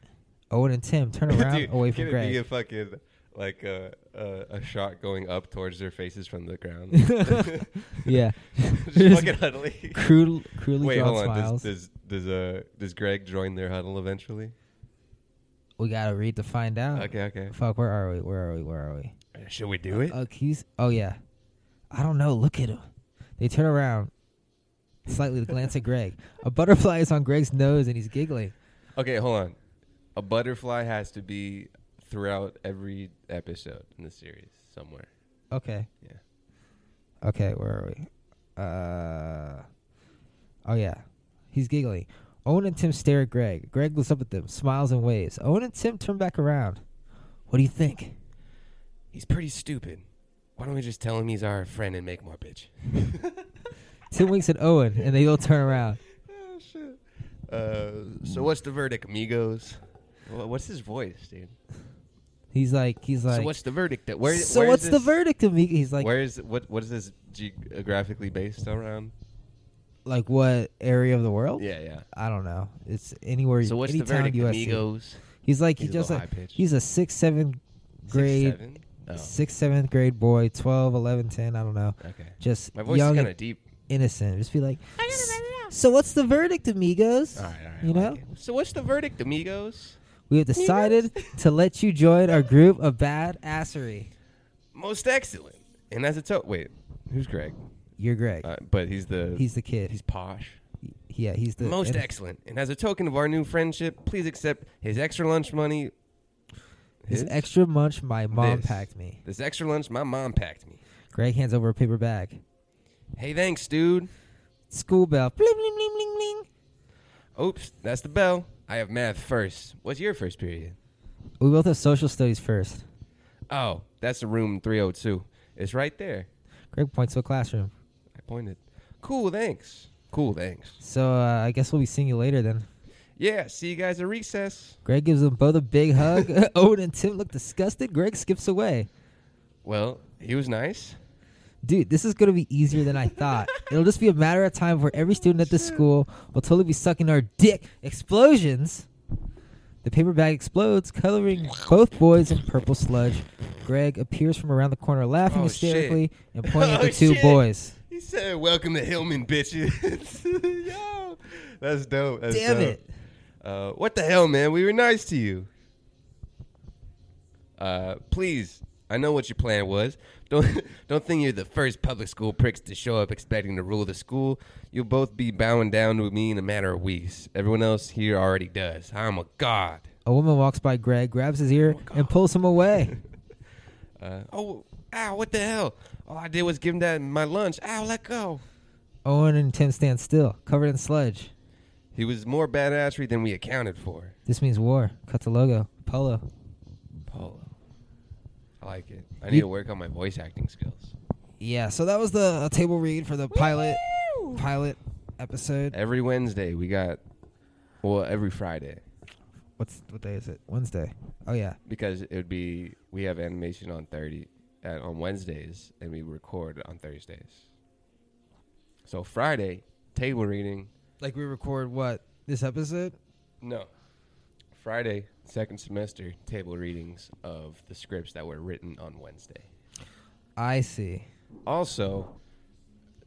S1: Owen and Tim turn around
S2: Dude,
S1: away
S2: can
S1: from
S2: it
S1: Greg.
S2: be a fucking like uh, uh, a shot going up towards their faces from the ground?
S1: yeah.
S2: Just fucking huddling.
S1: Cruel, cruelly
S2: Wait,
S1: drawn
S2: hold on.
S1: smiles.
S2: Does, does does uh does Greg join their huddle eventually?
S1: we gotta read to find out.
S2: Okay, okay. Uh,
S1: Fuck, where are we? Where are we? Where are we?
S2: Should we do it?
S1: Oh, he's. Oh yeah. I don't know. Look at him. They turn around, slightly to glance at Greg. A butterfly is on Greg's nose, and he's giggling.
S2: uh, Okay, hold on. A butterfly has to be throughout every episode in the series somewhere.
S1: Okay.
S2: Yeah.
S1: Okay. Where are we? Uh. Oh yeah. He's giggling. Owen and Tim stare at Greg. Greg looks up at them, smiles and waves. Owen and Tim turn back around. What do you think?
S2: He's pretty stupid. Why don't we just tell him he's our friend and make more bitch?
S1: Tim winks at Owen, and they all turn around.
S2: Oh shit. Uh,
S1: Mm.
S2: so what's the verdict, amigos? Wha- What's his voice, dude?
S1: He's like, he's like.
S2: so what's the verdict? That where?
S1: "So
S2: where is
S1: what's the
S2: this-
S1: verdict, Amiga? He's like,
S2: where is what? What is this geographically based around?
S1: like what area of the world?
S2: Yeah, yeah.
S1: I don't know. It's anywhere.
S2: So what's
S1: any
S2: the verdict,
S1: town, USC.
S2: amigos?
S1: He's like
S2: He's
S1: he's
S2: a
S1: just
S2: little
S1: like
S2: high-pitched.
S1: he's a sixth, seventh grade,
S2: Six, seven? Oh,
S1: sixth, seventh grade boy, 12, 11, 10, I don't know.
S2: okay.
S1: Just
S2: My voice
S1: young
S2: is kind
S1: and
S2: of deep.
S1: innocent. Just be like, "S- so what's the verdict, amigos?
S2: All right, all right.
S1: You
S2: I like
S1: know?
S2: it. So what's the verdict, amigos?
S1: We have decided to let you join our group of badassery.
S2: Most excellent. And as a to wait, who's Greg?
S1: You're Greg.
S2: Uh, but he's the
S1: he's the kid.
S2: he's posh.
S1: yeah, he's the
S2: Most
S1: innocent-
S2: excellent. And as a token of our new friendship, please accept his extra lunch money.
S1: This
S2: His?
S1: extra munch my mom
S2: This.
S1: packed me.
S2: This extra lunch my mom packed me.
S1: Greg hands over a paper bag.
S2: Hey, thanks, dude.
S1: School bell. Bling, bling, bling, bling, bling.
S2: Oops, that's the bell. I have math first. What's your first period?
S1: We both have social studies first.
S2: Oh, that's the room 302. It's right there.
S1: Greg points to a classroom.
S2: I pointed. Cool, thanks. Cool, thanks.
S1: So uh, I guess we'll be seeing you later then.
S2: Yeah, see you guys at recess.
S1: Greg gives them both a big hug. Owen and Tim look disgusted. Greg skips away.
S2: Well, he was nice.
S1: Dude, this is going to be easier than I thought. It'll just be a matter of time where every student at this school will totally be sucking our dick. Explosions! The paper bag explodes, coloring both boys in purple sludge. Greg appears from around the corner laughing
S2: Oh, shit.
S1: hysterically and pointing at the
S2: Oh,
S1: two
S2: shit.
S1: boys.
S2: He said, "Welcome to Hillman, bitches." Yo, that's dope. That's
S1: Damn
S2: dope.
S1: it.
S2: Uh, what the hell, man? We were nice to you. Uh, please, I know what your plan was. Don't don't think you're the first public school pricks to show up expecting to rule the school. You'll both be bowing down to me in a matter of weeks. Everyone else here already does. I'm a god.
S1: A woman walks by Greg, grabs his ear,
S2: Oh,
S1: and pulls him away.
S2: Uh, oh, ow! What the hell? All I did was give him that my lunch. Ow! Let go.
S1: Owen and Tim stand still, covered in sludge.
S2: He was more badassery than we accounted for.
S1: This means war. Cut the logo. Polo.
S2: Polo. I like it. I
S1: You-
S2: need to work on my voice acting skills.
S1: Yeah, so that was the uh, table read for the pilot pilot episode.
S2: Every Wednesday we got Well, every Friday
S1: What's what day is it? Wednesday. Oh yeah.
S2: because it would be we have animation on thirty at, on Wednesdays and we record on Thursdays. So Friday table reading.
S1: Like we record what this episode?
S2: No, Friday second semester table readings of the scripts that were written on Wednesday.
S1: I see.
S2: Also,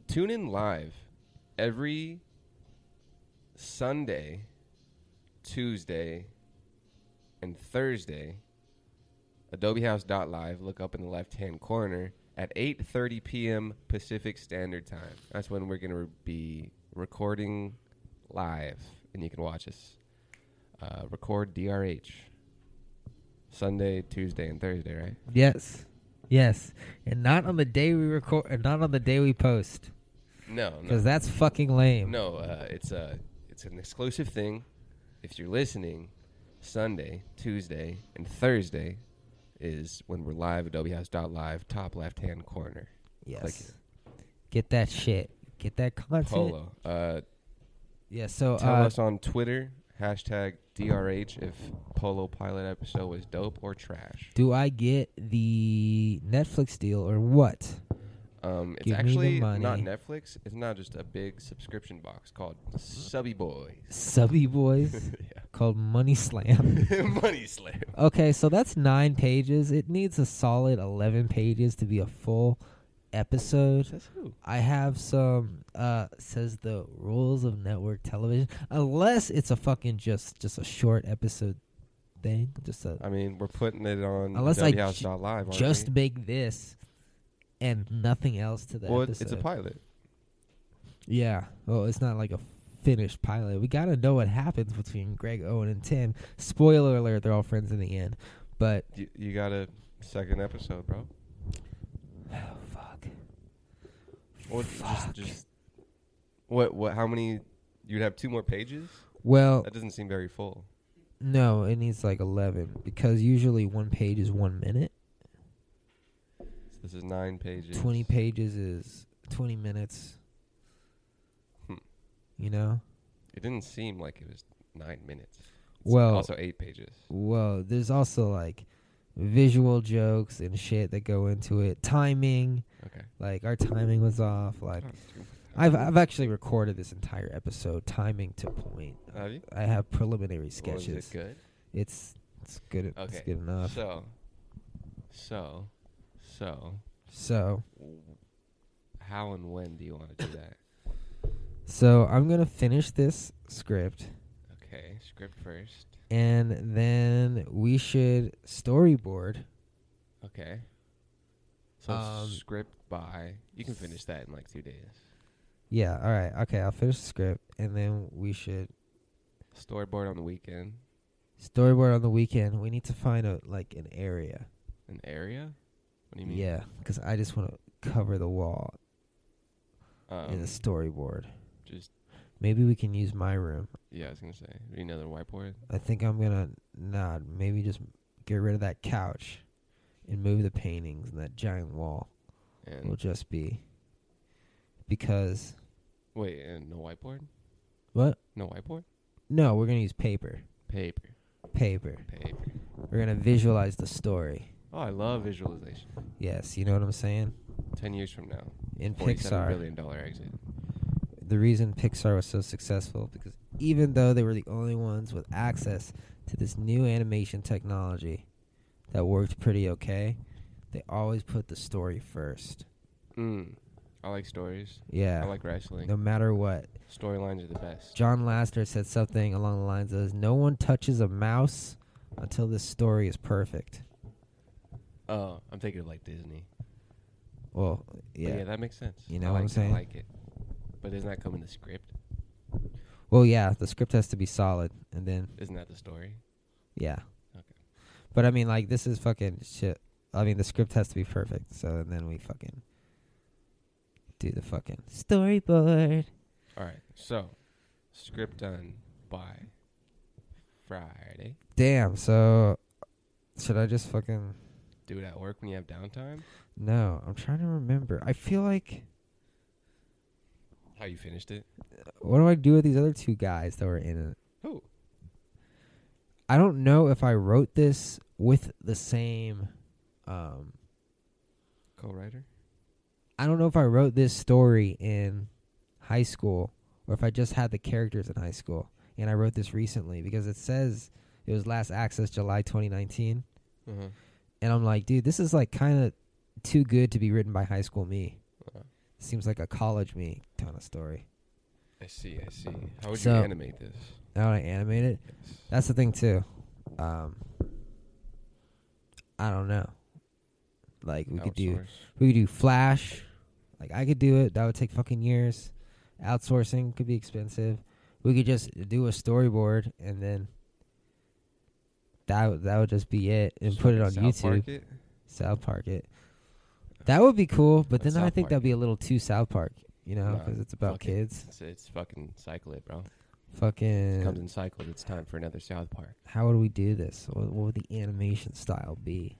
S2: tune in live every Sunday, Tuesday, and Thursday. AdobeHouse.live. Look up in the left-hand corner at 8:30 p.m. Pacific Standard Time. That's when we're going to be recording live, and you can watch us. Uh, record DRH Sunday, Tuesday, and Thursday, right?
S1: Yes. Yes. And not on the day we record and not on the day we post.
S2: No, no.
S1: Because that's fucking lame.
S2: No, uh, it's a it's an exclusive thing. If you're listening, Sunday, Tuesday, and Thursday is when we're live at adobehouse.live, top left hand corner.
S1: Yes.
S2: Click it.
S1: Get that shit. Get that content.
S2: Polo. Uh,
S1: Yeah, so
S2: tell
S1: uh,
S2: us on Twitter hashtag DRH if Polo pilot episode was dope or trash.
S1: do I get the Netflix deal or what?
S2: Um, it's
S1: Give me the
S2: actually
S1: money.
S2: not Netflix. It's not just a big subscription box called Subby Boys.
S1: Subby Boys called Money Slam.
S2: yeah. Money Slam.
S1: Okay, so that's nine pages. It needs a solid 11 pages to be a full episode.
S2: Says who?
S1: I have some uh says the rules of network television unless it's a fucking just just a short episode thing just a
S2: I mean, we're putting it on
S1: Unless I
S2: adobehouse.live. aren't
S1: just
S2: we?
S1: make this and nothing else to the
S2: well, it-
S1: episode.
S2: it's a pilot.
S1: yeah. Well, it's not like a finished pilot. We got to know what happens between Greg Owen and Tim. Spoiler alert, they're all friends in the end. But
S2: You, you got a second episode, bro.
S1: oh fuck.
S2: Or
S1: Fuck.
S2: Just, just what? What? How many? You'd have two more pages.
S1: Well,
S2: That doesn't seem very full.
S1: no, it needs like 11 because usually one page is 1 minute.
S2: So this is nine pages.
S1: 20 pages is 20 minutes.
S2: Hmm.
S1: You know?
S2: It didn't seem like it was nine minutes. It's
S1: Well-
S2: also eight pages.
S1: Well, there's also like visual jokes and shit that go into it. Timing,
S2: Okay.
S1: like our timing was off. Like
S2: Oh, it's two-
S1: I've I've actually recorded this entire episode timing to point.
S2: Have you?
S1: I have preliminary
S2: Well, Uh, is
S1: sketches. Uh,
S2: it good?
S1: It's it's good
S2: Okay.
S1: it's good enough. So,
S2: so, so, so,
S1: so
S2: how and when do you want to do that?
S1: I'm going to finish this script
S2: Okay, script first.
S1: and then we should storyboard
S2: Okay. So
S1: Um,
S2: script by you can finish that in like two days.
S1: Yeah, all right. Okay, I'll finish the script and then we should
S2: Storyboard on the weekend.
S1: storyboard on the weekend. We need to find a like an area.
S2: An area? What do you mean?
S1: Yeah, cuz I just want to cover the wall in
S2: Um,
S1: the storyboard.
S2: just
S1: Maybe we can use my room.
S2: yeah, I was gonna say. Do you need another whiteboard?
S1: I think I'm going to nod. Maybe just get rid of that couch and move the paintings and that giant wall.
S2: And
S1: It'll just be because
S2: wait, and no whiteboard?
S1: what?
S2: No whiteboard?
S1: No, we're going to use paper.
S2: Paper.
S1: Paper.
S2: Paper.
S1: We're going to visualize the story.
S2: Oh, I love visualization.
S1: Yes, you know what I'm saying?
S2: Ten years from now.
S1: In
S2: forty
S1: Pixar.
S2: seven billion dollar exit.
S1: the reason Pixar was so successful because even though they were the only ones with access to this new animation technology that worked pretty okay, they always put the story first.
S2: Mm. I like stories.
S1: Yeah.
S2: I like wrestling.
S1: no matter what.
S2: Storylines are the best.
S1: John Laster said something along the lines of no one touches a mouse until this story is perfect.
S2: Oh, I'm thinking of like Disney.
S1: Well,
S2: But
S1: yeah.
S2: yeah, that makes sense.
S1: You know
S2: I
S1: what I'm
S2: like-
S1: saying?
S2: I like it. But doesn't that come in the script?
S1: Well, yeah, the script has to be solid and then
S2: Isn't that the story?
S1: Yeah.
S2: Okay.
S1: But I mean, like, this is fucking shit. I mean, the script has to be perfect. So and then we fucking do the fucking storyboard.
S2: All right. So, script done by Friday.
S1: Damn. So should I just fucking?
S2: Do it at work when you have downtime.
S1: No, I'm trying to remember. I feel like
S2: How you finished it?
S1: what do I do with these other two guys that were in it?
S2: Who?
S1: I don't know if I wrote this with the same. Um,
S2: Co-writer.
S1: I don't know if I wrote this story in high school or if I just had the characters in high school. And I wrote this recently because it says it was last accessed July 2019.
S2: Uh-huh.
S1: And I'm like, dude, this is like kind of too good to be written by high school me.
S2: Uh,
S1: Seems like a college me kind of story.
S2: I see. I see. How would
S1: So-
S2: you animate this?
S1: Now I animate it. That's the thing too. Um, I don't know. Like we could do
S2: Outsource.
S1: we could do Flash. Like I could do it. That would take fucking years. Outsourcing could be expensive. We could just do a storyboard and then that would- that would just be it and
S2: Just
S1: put it on
S2: fucking
S1: YouTube.
S2: South Park it?
S1: South Park it. That would be cool, but
S2: That's
S1: then I
S2: South
S1: think
S2: Park.
S1: that'd be a little too South Park, you know,
S2: Nah,
S1: because it's about
S2: fuck it.
S1: kids.
S2: It's, it's fucking cycle it, bro. It comes
S1: Fucking,
S2: in cycles. It's time for another South Park.
S1: how would we do this? What, what would the animation style be?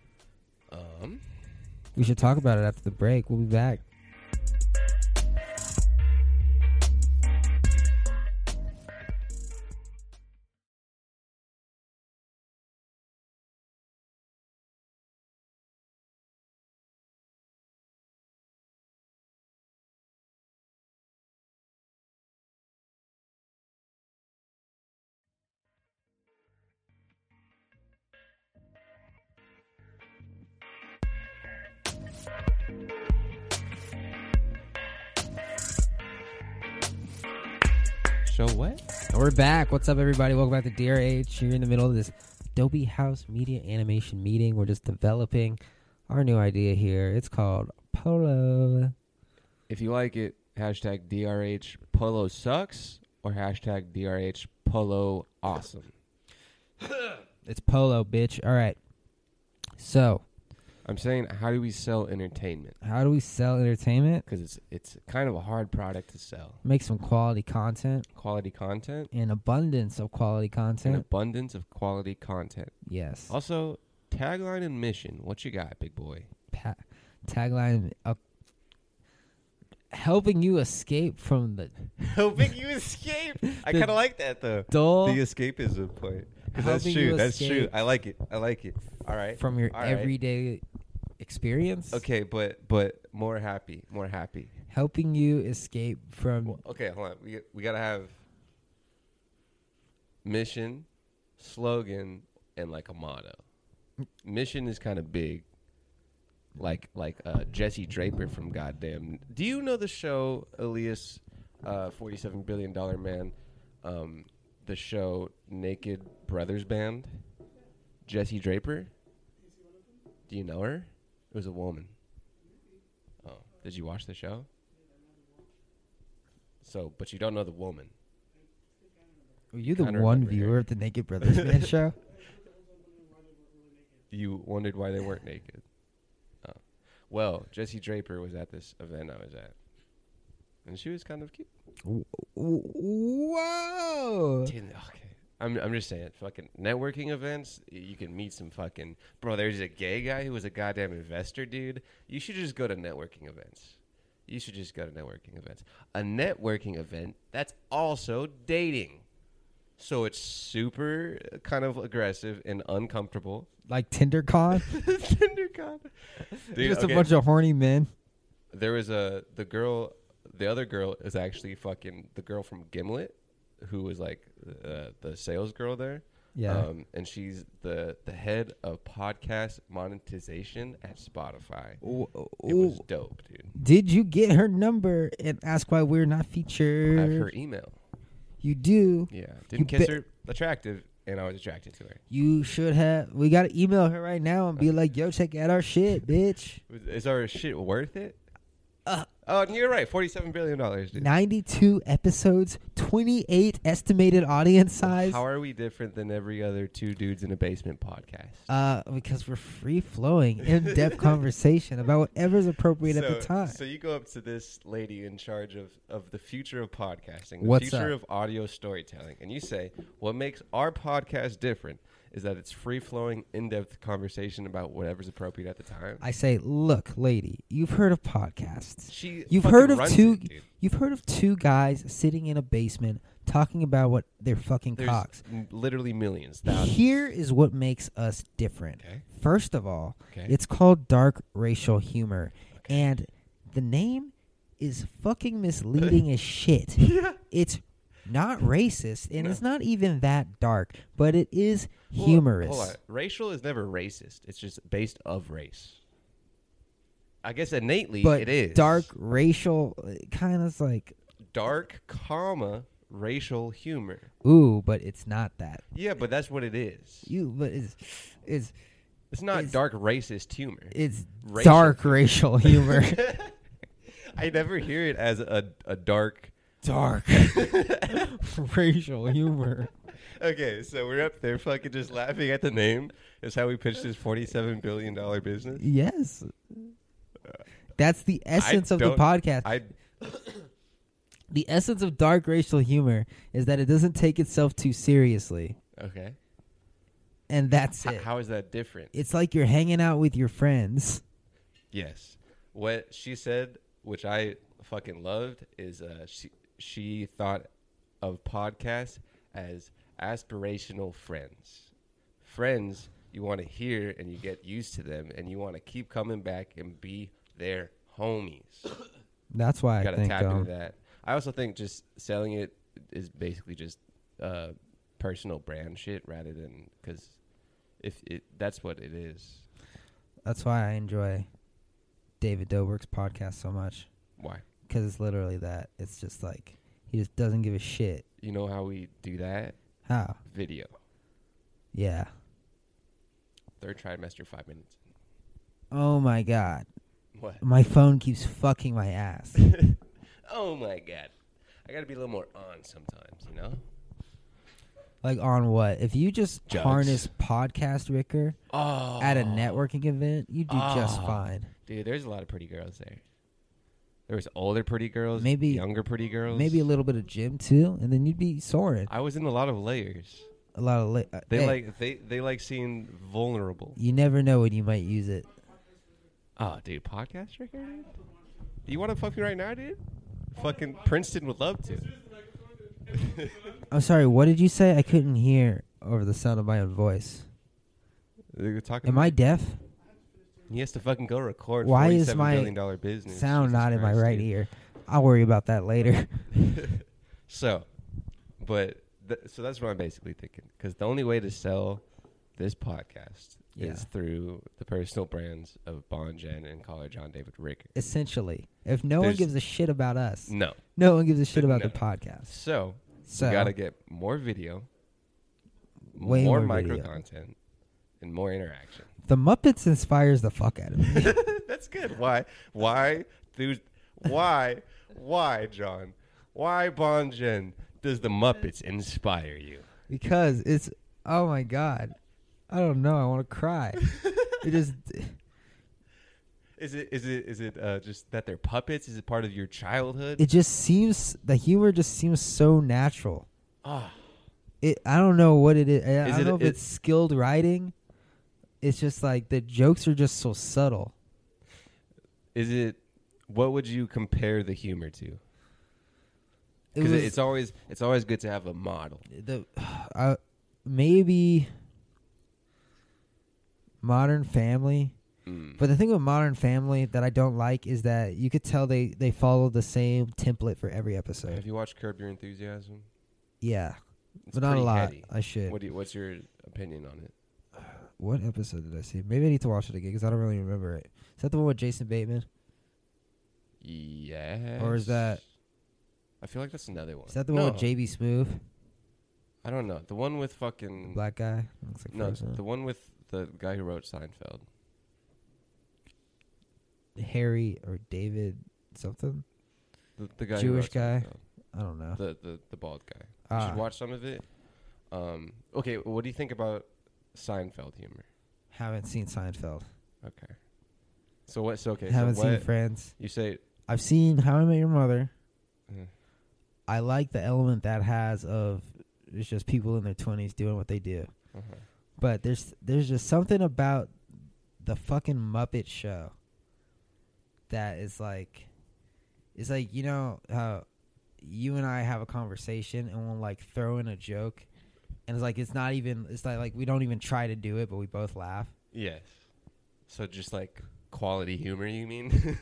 S2: Um.
S1: We should talk about it after the break. We'll be back.
S2: So what?
S1: And we're back. What's up, everybody? Welcome back to Dear H. You're in the middle of this Adobe House Media Animation meeting. We're just developing our new idea here. It's called Polo.
S2: If you like it, hashtag DRH Polo sucks or hashtag DRH Polo awesome.
S1: It's Polo, bitch. All right. So,
S2: I'm saying, how do we sell entertainment?
S1: how do we sell entertainment?
S2: Because it's it's kind of a hard product to sell.
S1: Make some quality content,
S2: Quality content,
S1: an abundance of quality
S2: an
S1: content.
S2: abundance of quality content.
S1: Yes.
S2: Also, tagline and mission. What you got, big boy?
S1: pa- tagline uh, helping you escape from the
S2: Helping Oh, you escape. I
S1: The-
S2: kind of like that though.
S1: dull
S2: The escapism point. 'Cause That's
S1: Helping you
S2: true. That's true.
S1: escape.
S2: I like it. I like it. All right.
S1: from your
S2: All right.
S1: everyday experience.
S2: Okay, but but more happy, more happy.
S1: Helping you escape from
S2: Well, okay, hold on. We we gotta have mission, slogan, and like a motto. Mission is kind of big, like like uh, Jesse Draper from Goddamn. Do you know the show Elias, uh, forty seven billion dollar man? Um, the show Naked Brothers Band. Jesse Draper. Do you know her? It was a woman. Oh, did you watch the show? So, but you don't know the woman.
S1: Were you the
S2: Kinda
S1: one
S2: remember here.
S1: viewer of the Naked Brothers Man show?
S2: You wondered why they weren't naked. Oh. Well, Jesse Draper was at this event I was at, and she was kind of cute.
S1: Whoa!
S2: Didn't- Okay. I'm, I'm just saying, fucking networking events, y- you can meet some fucking. Bro, there's a gay guy who was a goddamn investor, dude. You should just go to networking events. You should just go to networking events. A networking event, that's also dating. So it's super uh, kind of aggressive and uncomfortable.
S1: Like TinderCon,
S2: TinderCon. Dude,
S1: just
S2: okay.
S1: a bunch of horny men.
S2: there was a the girl, the other girl is actually fucking the girl from Gimlet, who was like uh, the sales girl there.
S1: Yeah.
S2: Um, and she's the the head of podcast monetization at Spotify.
S1: W-
S2: It was
S1: w-
S2: dope, dude.
S1: Did you get her number and ask why we're not
S2: I
S1: featured?
S2: have her email.
S1: You do.
S2: Yeah,
S1: You
S2: didn't kiss
S1: bet-
S2: her. Attractive, and I was attracted to her.
S1: You should have. We gotta email her right now and be like, "Yo, check out our shit, bitch."
S2: Is our shit worth it? oh, and you're right. Forty-seven billion dollars, dude.
S1: Ninety-two episodes, twenty-eight estimated audience size.
S2: How are we different than every other two dudes in a basement podcast?
S1: Uh, because we're free flowing, in depth conversation about whatever's appropriate at the time.
S2: So you go up to this lady in charge of, of the future of podcasting, the
S1: What's
S2: future
S1: up?
S2: of audio storytelling, and you say, What makes our podcast different is that it's free flowing, in depth conversation about whatever's appropriate at the time.
S1: I say, look, lady, you've heard of podcasts.
S2: She he
S1: You've
S2: fucking
S1: heard of
S2: runs
S1: two-
S2: it, dude.
S1: You've heard of two guys sitting in a basement talking about what their fucking
S2: There's
S1: cocks.
S2: m- literally millions. Thousands.
S1: Here is what makes us different.
S2: Okay.
S1: First of all,
S2: Okay.
S1: it's called dark racial humor,
S2: Okay.
S1: and the name is fucking misleading as shit.
S2: yeah.
S1: It's not racist, and
S2: No.
S1: it's not even that dark, but it is
S2: Well,
S1: humorous.
S2: hold on. Racial is never racist. It's just based of race. I guess innately
S1: but
S2: it is
S1: dark racial kind of like
S2: dark, comma racial humor.
S1: ooh, but it's not that.
S2: Yeah, but that's what it is.
S1: You but it's it's
S2: It's not
S1: It's-
S2: dark racist humor.
S1: it's
S2: Racial.
S1: dark racial humor.
S2: I never hear it as a a dark.
S1: dark racial humor.
S2: Okay, so we're up there, fucking just laughing at the name. Is how we pitched this forty-seven billion dollar business.
S1: Yes. That's the essence of the
S2: don't-
S1: podcast.
S2: I
S1: the essence of dark racial humor is that it doesn't take itself too seriously.
S2: okay.
S1: And that's
S2: H-
S1: it.
S2: how is that different?
S1: it's like you're hanging out with your friends.
S2: Yes. What she said, which I fucking loved, is uh, she she thought of podcasts as aspirational friends. Friends you want to hear and you get used to them and you want to keep coming back and be their homies. You
S1: That's why I
S2: gotta
S1: think
S2: tap
S1: um,
S2: into that. I also think just selling it is basically just uh, personal brand shit rather than because if it that's what it is.
S1: that's why I enjoy David Dobrik's podcast so much
S2: Why?
S1: because it's literally that. It's just like he just doesn't give a shit.
S2: You know how we do that?
S1: How?
S2: Video.
S1: Yeah.
S2: Third trimester, five minutes.
S1: Oh my god,
S2: What?
S1: my phone keeps fucking my ass.
S2: oh my god. I gotta be a little more on sometimes, you know?
S1: like on what? If you just
S2: Jugs.
S1: harness podcast Ricker
S2: Oh.
S1: at a networking event, you do just
S2: Oh.
S1: fine.
S2: Dude, there's a lot of pretty girls there. There was older pretty girls,
S1: Maybe-
S2: younger pretty girls.
S1: Maybe a little bit of gym too, and then you'd be soaring.
S2: I was in a lot of layers.
S1: A lot of li- uh,
S2: They
S1: hey,
S2: like they they like seeing vulnerable.
S1: You never know when you might use it.
S2: Oh, dude, podcast record, dude? You wanna fuck me right now, dude? Fucking Princeton would love to.
S1: I'm Oh, sorry. What did you say? I couldn't hear over the sound of my own voice.
S2: They were talking
S1: Am I deaf?
S2: He has to fucking go record.
S1: Why
S2: $47
S1: is my
S2: billion dollar business?
S1: Sound
S2: Jesus
S1: not in my
S2: Christ,
S1: right
S2: dude.
S1: ear. I'll worry about that later.
S2: So, but th- so that's what I'm basically thinking. Because the only way to sell this podcast
S1: Yeah.
S2: is through the personal brands of Bon Jen and Caller John David Ricker.
S1: Essentially, if no one
S2: There's-
S1: gives a shit about us,
S2: No,
S1: no one gives a shit about
S2: No.
S1: the podcast.
S2: so,
S1: So
S2: you gotta get more video,
S1: Way
S2: more,
S1: more
S2: micro
S1: video.
S2: content, and more interaction.
S1: the Muppets inspires the fuck out of me.
S2: that's good. Why? Why? Dude, why? Why, John? Why Bon Jen? Does the Muppets inspire you?
S1: because it's oh my god i don't know i want to cry it is
S2: Is it is it is it uh, just that they're puppets? Is it part of your childhood?
S1: it just seems the humor just seems so natural
S2: Ah,
S1: it i don't know what it is i, I
S2: Is
S1: don't
S2: it-
S1: know if
S2: it-
S1: it's skilled writing it's just like the jokes are just so subtle
S2: is it? What would you compare the humor to?
S1: it
S2: Because
S1: was
S2: it's always it's always good to have a model.
S1: the uh, maybe modern family
S2: Mm.
S1: but the thing with modern family that i don't like is that you could tell they they follow the same template for every episode
S2: have you watched Curb Your Enthusiasm?
S1: yeah
S2: It's
S1: but not a
S2: pretty
S1: lot.
S2: heady.
S1: I should.
S2: What
S1: What,
S2: do you, what's your opinion on it?
S1: episode did I see? Maybe I need to watch it again because I don't really remember it. Is that the one with Jason Bateman?
S2: Yeah.
S1: that-
S2: I feel like that's another one.
S1: Is that the one
S2: No,
S1: with JB Smooth,
S2: I don't know. The one with
S1: the
S2: fucking
S1: black guy? Looks like
S2: Mm. No,
S1: Frozen.
S2: the one with the guy who wrote Seinfeld.
S1: Harry or David something?
S2: The, the guy
S1: Jewish
S2: who wrote
S1: guy? I don't know.
S2: Seinfeld. The, the the bald guy. You
S1: Ah,
S2: should watch some of it. Um, okay, what do you think about Seinfeld humor?
S1: haven't seen Seinfeld.
S2: Okay. So what? So okay.
S1: haven't
S2: so
S1: seen
S2: what-
S1: Friends.
S2: You say
S1: I've seen How I Met Your Mother.
S2: Mm.
S1: I like the element that has of it's just people in their twenties doing what they do.
S2: uh-huh.
S1: But there's there's just something about the fucking Muppet show that is like It's like you know how you and I have a conversation and we'll like throw in a joke, and it's like it's not even. It's like like we don't even try to do it, but we both laugh.
S2: Yes. So just like quality humor, you mean?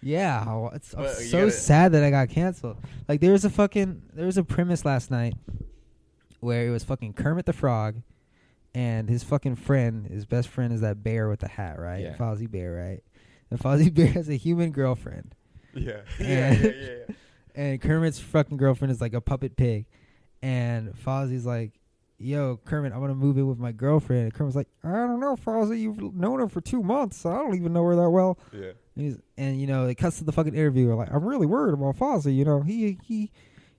S1: Yeah, well, it's I'm
S2: But you
S1: so
S2: gotta-
S1: sad that I got canceled. Like there was a fucking there was a premise last night where it was fucking Kermit the Frog and his fucking friend, his best friend is that bear with the hat, right?
S2: Yeah.
S1: Fozzie Bear, right? And Fozzie Bear has a human girlfriend.
S2: yeah.
S1: Yeah, yeah, yeah, And Kermit's fucking girlfriend is like a puppet pig. And Fozzie's like, Yo, Kermit, I'm gonna move in with my girlfriend. And Kermit's like, I don't know, Fozzie, you've known her for two months. I don't even know her that well.
S2: yeah. Yeah.
S1: And, he's, and you know, it cuts to the fucking interviewer. Like, I'm really worried about Fozzie. You know, he he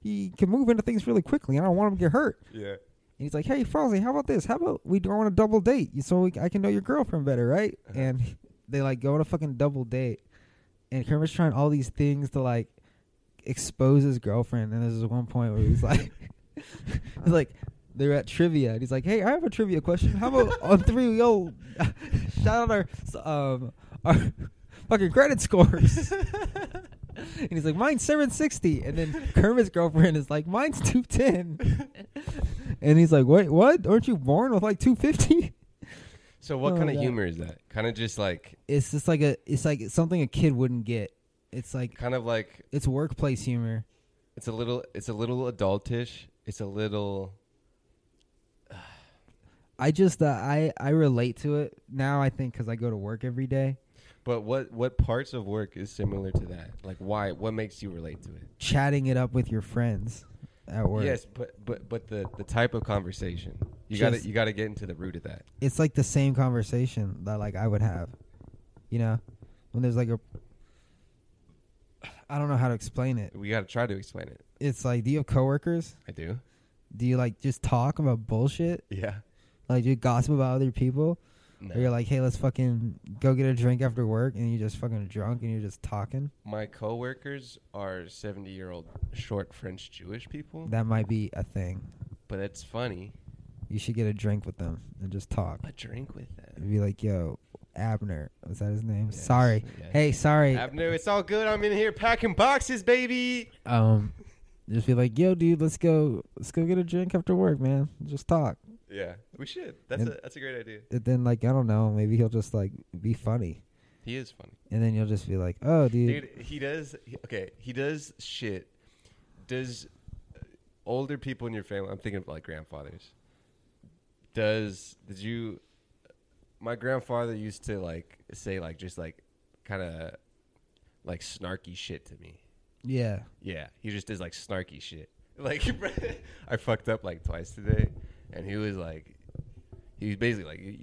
S1: he can move into things really quickly. and I don't want him to get hurt.
S2: Yeah.
S1: And he's like, Hey, Fozzie, how about this? How about we go on a double date? You- So we, I can know your girlfriend better, right?
S2: Uh-huh.
S1: And they like go on a fucking double date. And Kermit's trying all these things to like expose his girlfriend. And there's this one point where he's like, he's like. They're at trivia, and he's like, "Hey, I have a trivia question. How about on three we all shout out our um our fucking credit scores. and he's like, mine's 760. And then Kermit's girlfriend is like, mine's 210. and he's like, wait, what? Aren't you born with like 250?
S2: So what
S1: Oh,
S2: kind of
S1: yeah.
S2: humor is that? Kind of just like
S1: It's just like a, it's like something a kid wouldn't get. It's like,
S2: kind of like
S1: it's workplace humor.
S2: it's a little it's a little adultish. It's a little
S1: I just, uh, I, I relate to it now, I think, because I go to work every day.
S2: but what what parts of work is similar to that? Like why what makes you relate to it?
S1: Chatting it up with your friends at work.
S2: Yes, but but but the the type of conversation. You got to
S1: Just-
S2: you got to get into the root of that.
S1: it's like the same conversation that like I would have, you know, when there's like a. I don't know how to explain it.
S2: We got to try to explain it.
S1: It's like, do you have coworkers?
S2: I do.
S1: Do you like just talk about bullshit?
S2: Yeah.
S1: Like, do you gossip about other people?
S2: No.
S1: Or you're like, hey, let's fucking go get a drink after work, and you're just fucking drunk and you're just talking.
S2: My coworkers are 70-year-old short French Jewish people,
S1: That might be a thing.
S2: but it's funny.
S1: You should get a drink with them and just talk.
S2: A drink with them.
S1: And be like, yo, Abner, was that his name?
S2: Yes,
S1: Sorry.
S2: yes.
S1: Hey, sorry.
S2: Abner, it's all good. I'm in here packing boxes, baby.
S1: um just be like yo dude let's go let's go get a drink after work man just talk
S2: Yeah, we should. That's
S1: And-
S2: a that's a great idea.
S1: and then like i don't know maybe he'll just like be funny
S2: He is funny,
S1: and then you'll just be like oh dude,
S2: dude. He does. he- okay, he does shit. Does uh, older people in your family? I'm thinking of like grandfathers. Does did you? My grandfather used to like say like just like kind of like snarky shit to me.
S1: yeah
S2: Yeah, he just does like snarky shit. Like I fucked up like twice today, and he was like, he was basically like, you,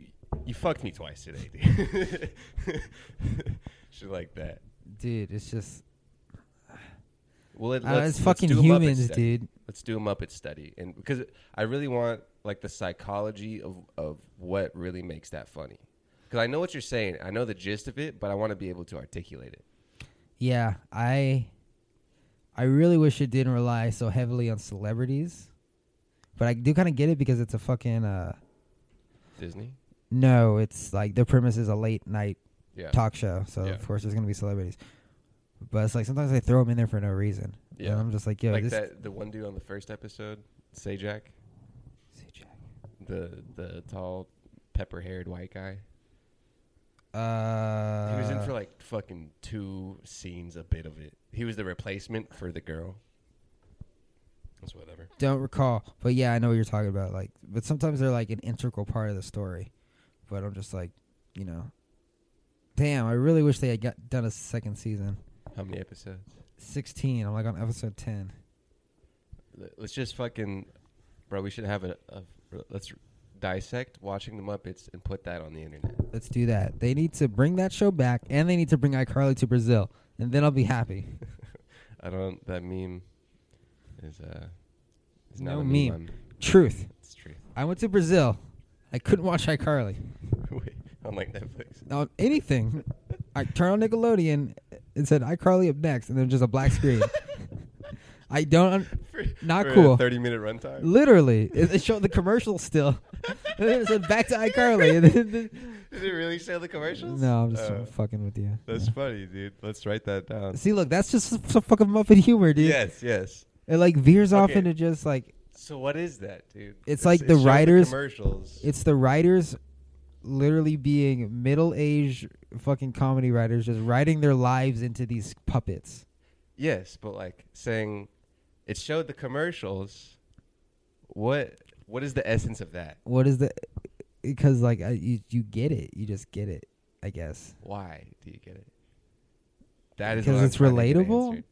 S2: you fucked me twice today, dude. shit like that.
S1: dude it's just
S2: Well, it,
S1: uh,
S2: let's,
S1: it's
S2: let's
S1: fucking
S2: do a Muppet
S1: humans
S2: study.
S1: dude
S2: Let's do a Muppet study, and because I really want like the psychology of of what really makes that funny. Because I know what you're saying, I know the gist of it, but I want to be able to articulate it.
S1: yeah i i really wish it didn't rely so heavily on celebrities but i do kind of get it because it's a fucking uh
S2: Disney,
S1: no it's like the premise is a late night
S2: yeah,
S1: talk show, so
S2: Yeah.
S1: of course there's gonna be celebrities. But it's like sometimes they throw them in there for no reason. Yeah,
S2: Yeah.
S1: I'm just like, yo,
S2: like
S1: this.
S2: that the one dude on the first episode, Sajak. the the tall, pepper haired white guy.
S1: Uh,
S2: he was in for like fucking two scenes, a bit of it. He was the replacement for the girl. That's whatever.
S1: don't recall, but yeah, I know what you're talking about. Like, but sometimes they're like an integral part of the story. But I'm just like, you know, damn, I really wish they had got, done a second season.
S2: How many episodes?
S1: 16. I'm like on episode 10.
S2: L- Let's just fucking, bro. We should have a, a let's dissect watching the Muppets and put that on the internet.
S1: Let's do that. They need to bring that show back, and they need to bring iCarly to Brazil, and then I'll be happy.
S2: I don't. That meme is uh. Is not
S1: No
S2: a
S1: meme.
S2: I'm-
S1: Truth.
S2: It's true.
S1: I went to Brazil. I couldn't watch iCarly.
S2: Wait, on like Netflix.
S1: on anything. I turn on Nickelodeon and said iCarly up next, and then just a black screen. I don't un-
S2: For-
S1: Not
S2: for a
S1: cool.
S2: Thirty minute runtime.
S1: literally. It, it showed the commercial still, and then it said back to iCarly, and then, then
S2: Did it really show the commercials?
S1: No, I'm just
S2: Uh,
S1: fucking with you.
S2: That's
S1: Yeah.
S2: funny, dude. Let's write that down.
S1: See, look, that's just some fucking Muppet humor, dude.
S2: Yes, yes.
S1: It like veers off
S2: Okay.
S1: into just like
S2: So what is that, dude?
S1: It's like the
S2: showing
S1: writers-
S2: commercials.
S1: it's the writers literally being middle-aged fucking comedy writers just writing their lives into these puppets.
S2: yes, but like saying it showed the commercials. What what is the essence of that?
S1: What is the because like I, you you get it. You just get it, I guess.
S2: Why do you get it? That is
S1: Because
S2: what I'm
S1: it's
S2: trying to get
S1: relatable?
S2: answered.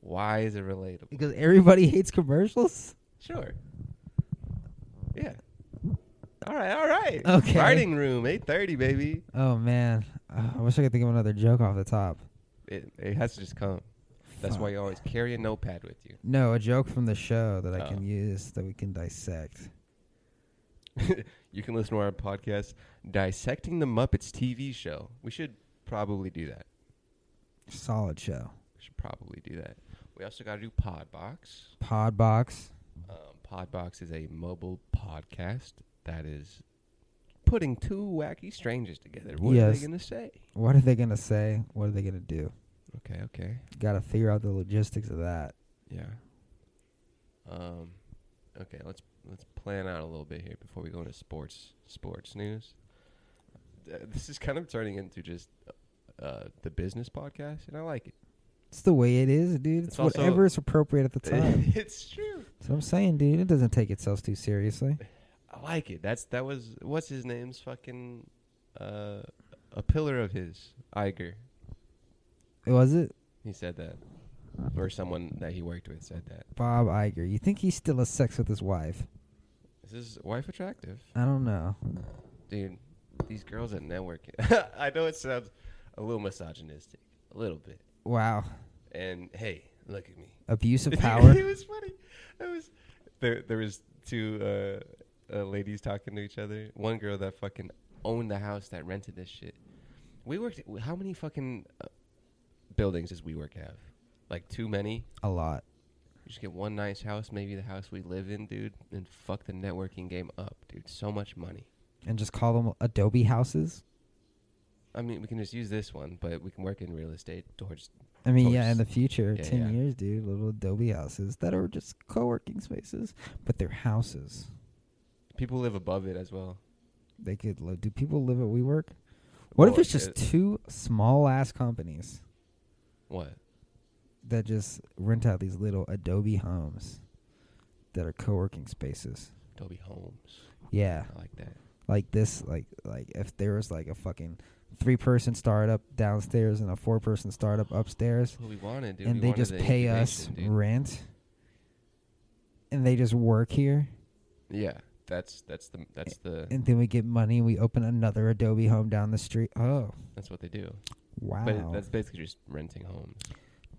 S2: Why is it relatable?
S1: Because everybody hates commercials.
S2: Sure. Yeah. All right, all right.
S1: Okay.
S2: Writing room, eight thirty, baby.
S1: Oh man, Ugh, I wish I could think of another joke off the top.
S2: It it has to just come. That's why
S1: Fuck.
S2: you always carry a notepad with you.
S1: No, a joke from the show that I
S2: Oh.
S1: can use that we can dissect.
S2: you can listen to our podcast, Dissecting the Muppets TV show. We should probably do that.
S1: Solid show.
S2: We should probably do that. We also got to do Podbox.
S1: Podbox.
S2: Um, Podbox is a mobile podcast that is putting two wacky strangers together. What are
S1: Yes.
S2: they going to say?
S1: What are they gonna say? What are they gonna do?
S2: Okay, okay.
S1: Got to figure out the logistics of that.
S2: Yeah. Um, okay, let's let's plan out a little bit here before we go into sports sports news. Th- This is kind of turning into just uh, the business podcast, and I like it.
S1: It's the way it is, dude. It's,
S2: It's also-
S1: whatever is appropriate at the time.
S2: it's true.
S1: That's what I'm saying, dude. It doesn't take itself too seriously.
S2: I like it. That's that was what's his name's fucking uh, a pillar of his Iger.
S1: Was it
S2: He said that, or someone that he worked with said that.
S1: Bob Iger? You think he still has sex with his wife?
S2: Is his wife attractive,
S1: I don't know.
S2: dude? These girls at networking. I know it sounds a little misogynistic, a little bit.
S1: Wow,
S2: And hey, look at me.
S1: abuse of power.
S2: it was funny. It was there. There was two uh, uh, ladies talking to each other. One girl that fucking owned the house that rented this shit. We worked. How many fucking uh, buildings does we work have? Like too many.
S1: A lot.
S2: You just get one nice house, maybe the house we live in, dude, and fuck the networking game up, dude. So much money.
S1: And just call them Adobe houses.
S2: I mean, we can just use this one, but we can work in real estate towards.
S1: I mean,
S2: Of
S1: yeah, in the
S2: course.
S1: future,
S2: Yeah,
S1: 10
S2: yeah.
S1: years, dude, little Adobe houses that are just co working spaces, but they're houses.
S2: People live above it as well.
S1: They could live. Do people live at WeWork? What if
S2: Well,
S1: it's just
S2: it-
S1: two small ass companies
S2: What?
S1: that just rent out these little Adobe homes that are co working spaces?
S2: Toby Holmes.
S1: Yeah.
S2: I like that.
S1: Like this, like, like if there was like a fucking three person startup downstairs and a four person startup upstairs,
S2: That's what we wanted, dude. We
S1: and they
S2: wanted
S1: just
S2: the
S1: pay us
S2: incubation, dude.
S1: rent and they just work here
S2: Yeah, that's that's the that's the
S1: and then we get money and we open another adobe home down the street oh
S2: that's what they do.
S1: wow
S2: But it, that's basically just renting homes.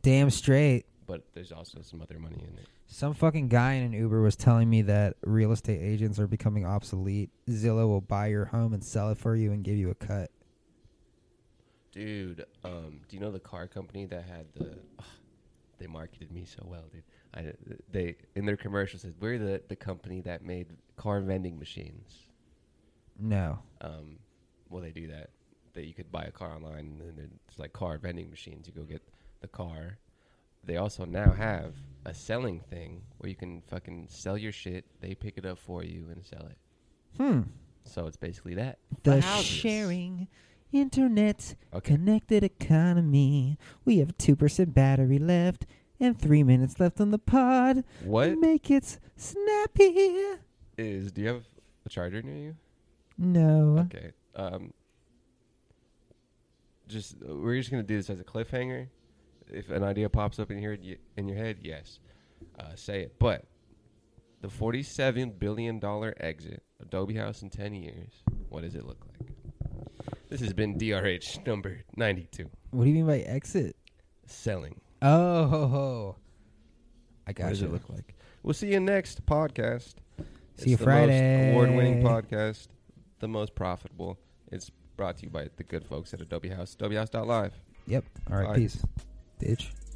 S1: damn straight
S2: But there's also some other money in it.
S1: some fucking guy in an uber was telling me that real estate agents are becoming obsolete zillow will buy your home and sell it for you and give you a cut
S2: Dude, um, do you know the car company that had the? ugh, they marketed me so well, dude. I, they in their commercial said we're the the company that made car vending machines.
S1: no
S2: Um, well, they do that. That you could buy a car online, and then it's like car vending machines. You go get the car. They also now have a selling thing where you can fucking sell your shit. They pick it up for you and sell it.
S1: hmm
S2: So it's basically that.
S1: the
S2: houses.
S1: sharing internet
S2: Okay.
S1: connected economy we have 2% battery left and 3 minutes left on the pod
S2: What
S1: Make it snappy.
S2: is? Do you have a charger near you?
S1: No.
S2: Okay. Um. Just we're just gonna do this as a cliffhanger. If an idea pops up in your y- in your head, yes, uh, say it. But the forty-seven billion dollar exit, Adobe House in ten years. What does it look like? This has been DRH number ninety-two.
S1: What do you mean by exit?
S2: Selling.
S1: Oh, ho, ho. I
S2: What
S1: got
S2: does
S1: you.
S2: it look like? We'll see you next podcast.
S1: See you Friday.
S2: Award winning podcast, the most profitable. It's brought to you by the good folks at Adobe House, adobehouse.live.
S1: Yep. All right.
S2: Bye.
S1: Peace. Bitch.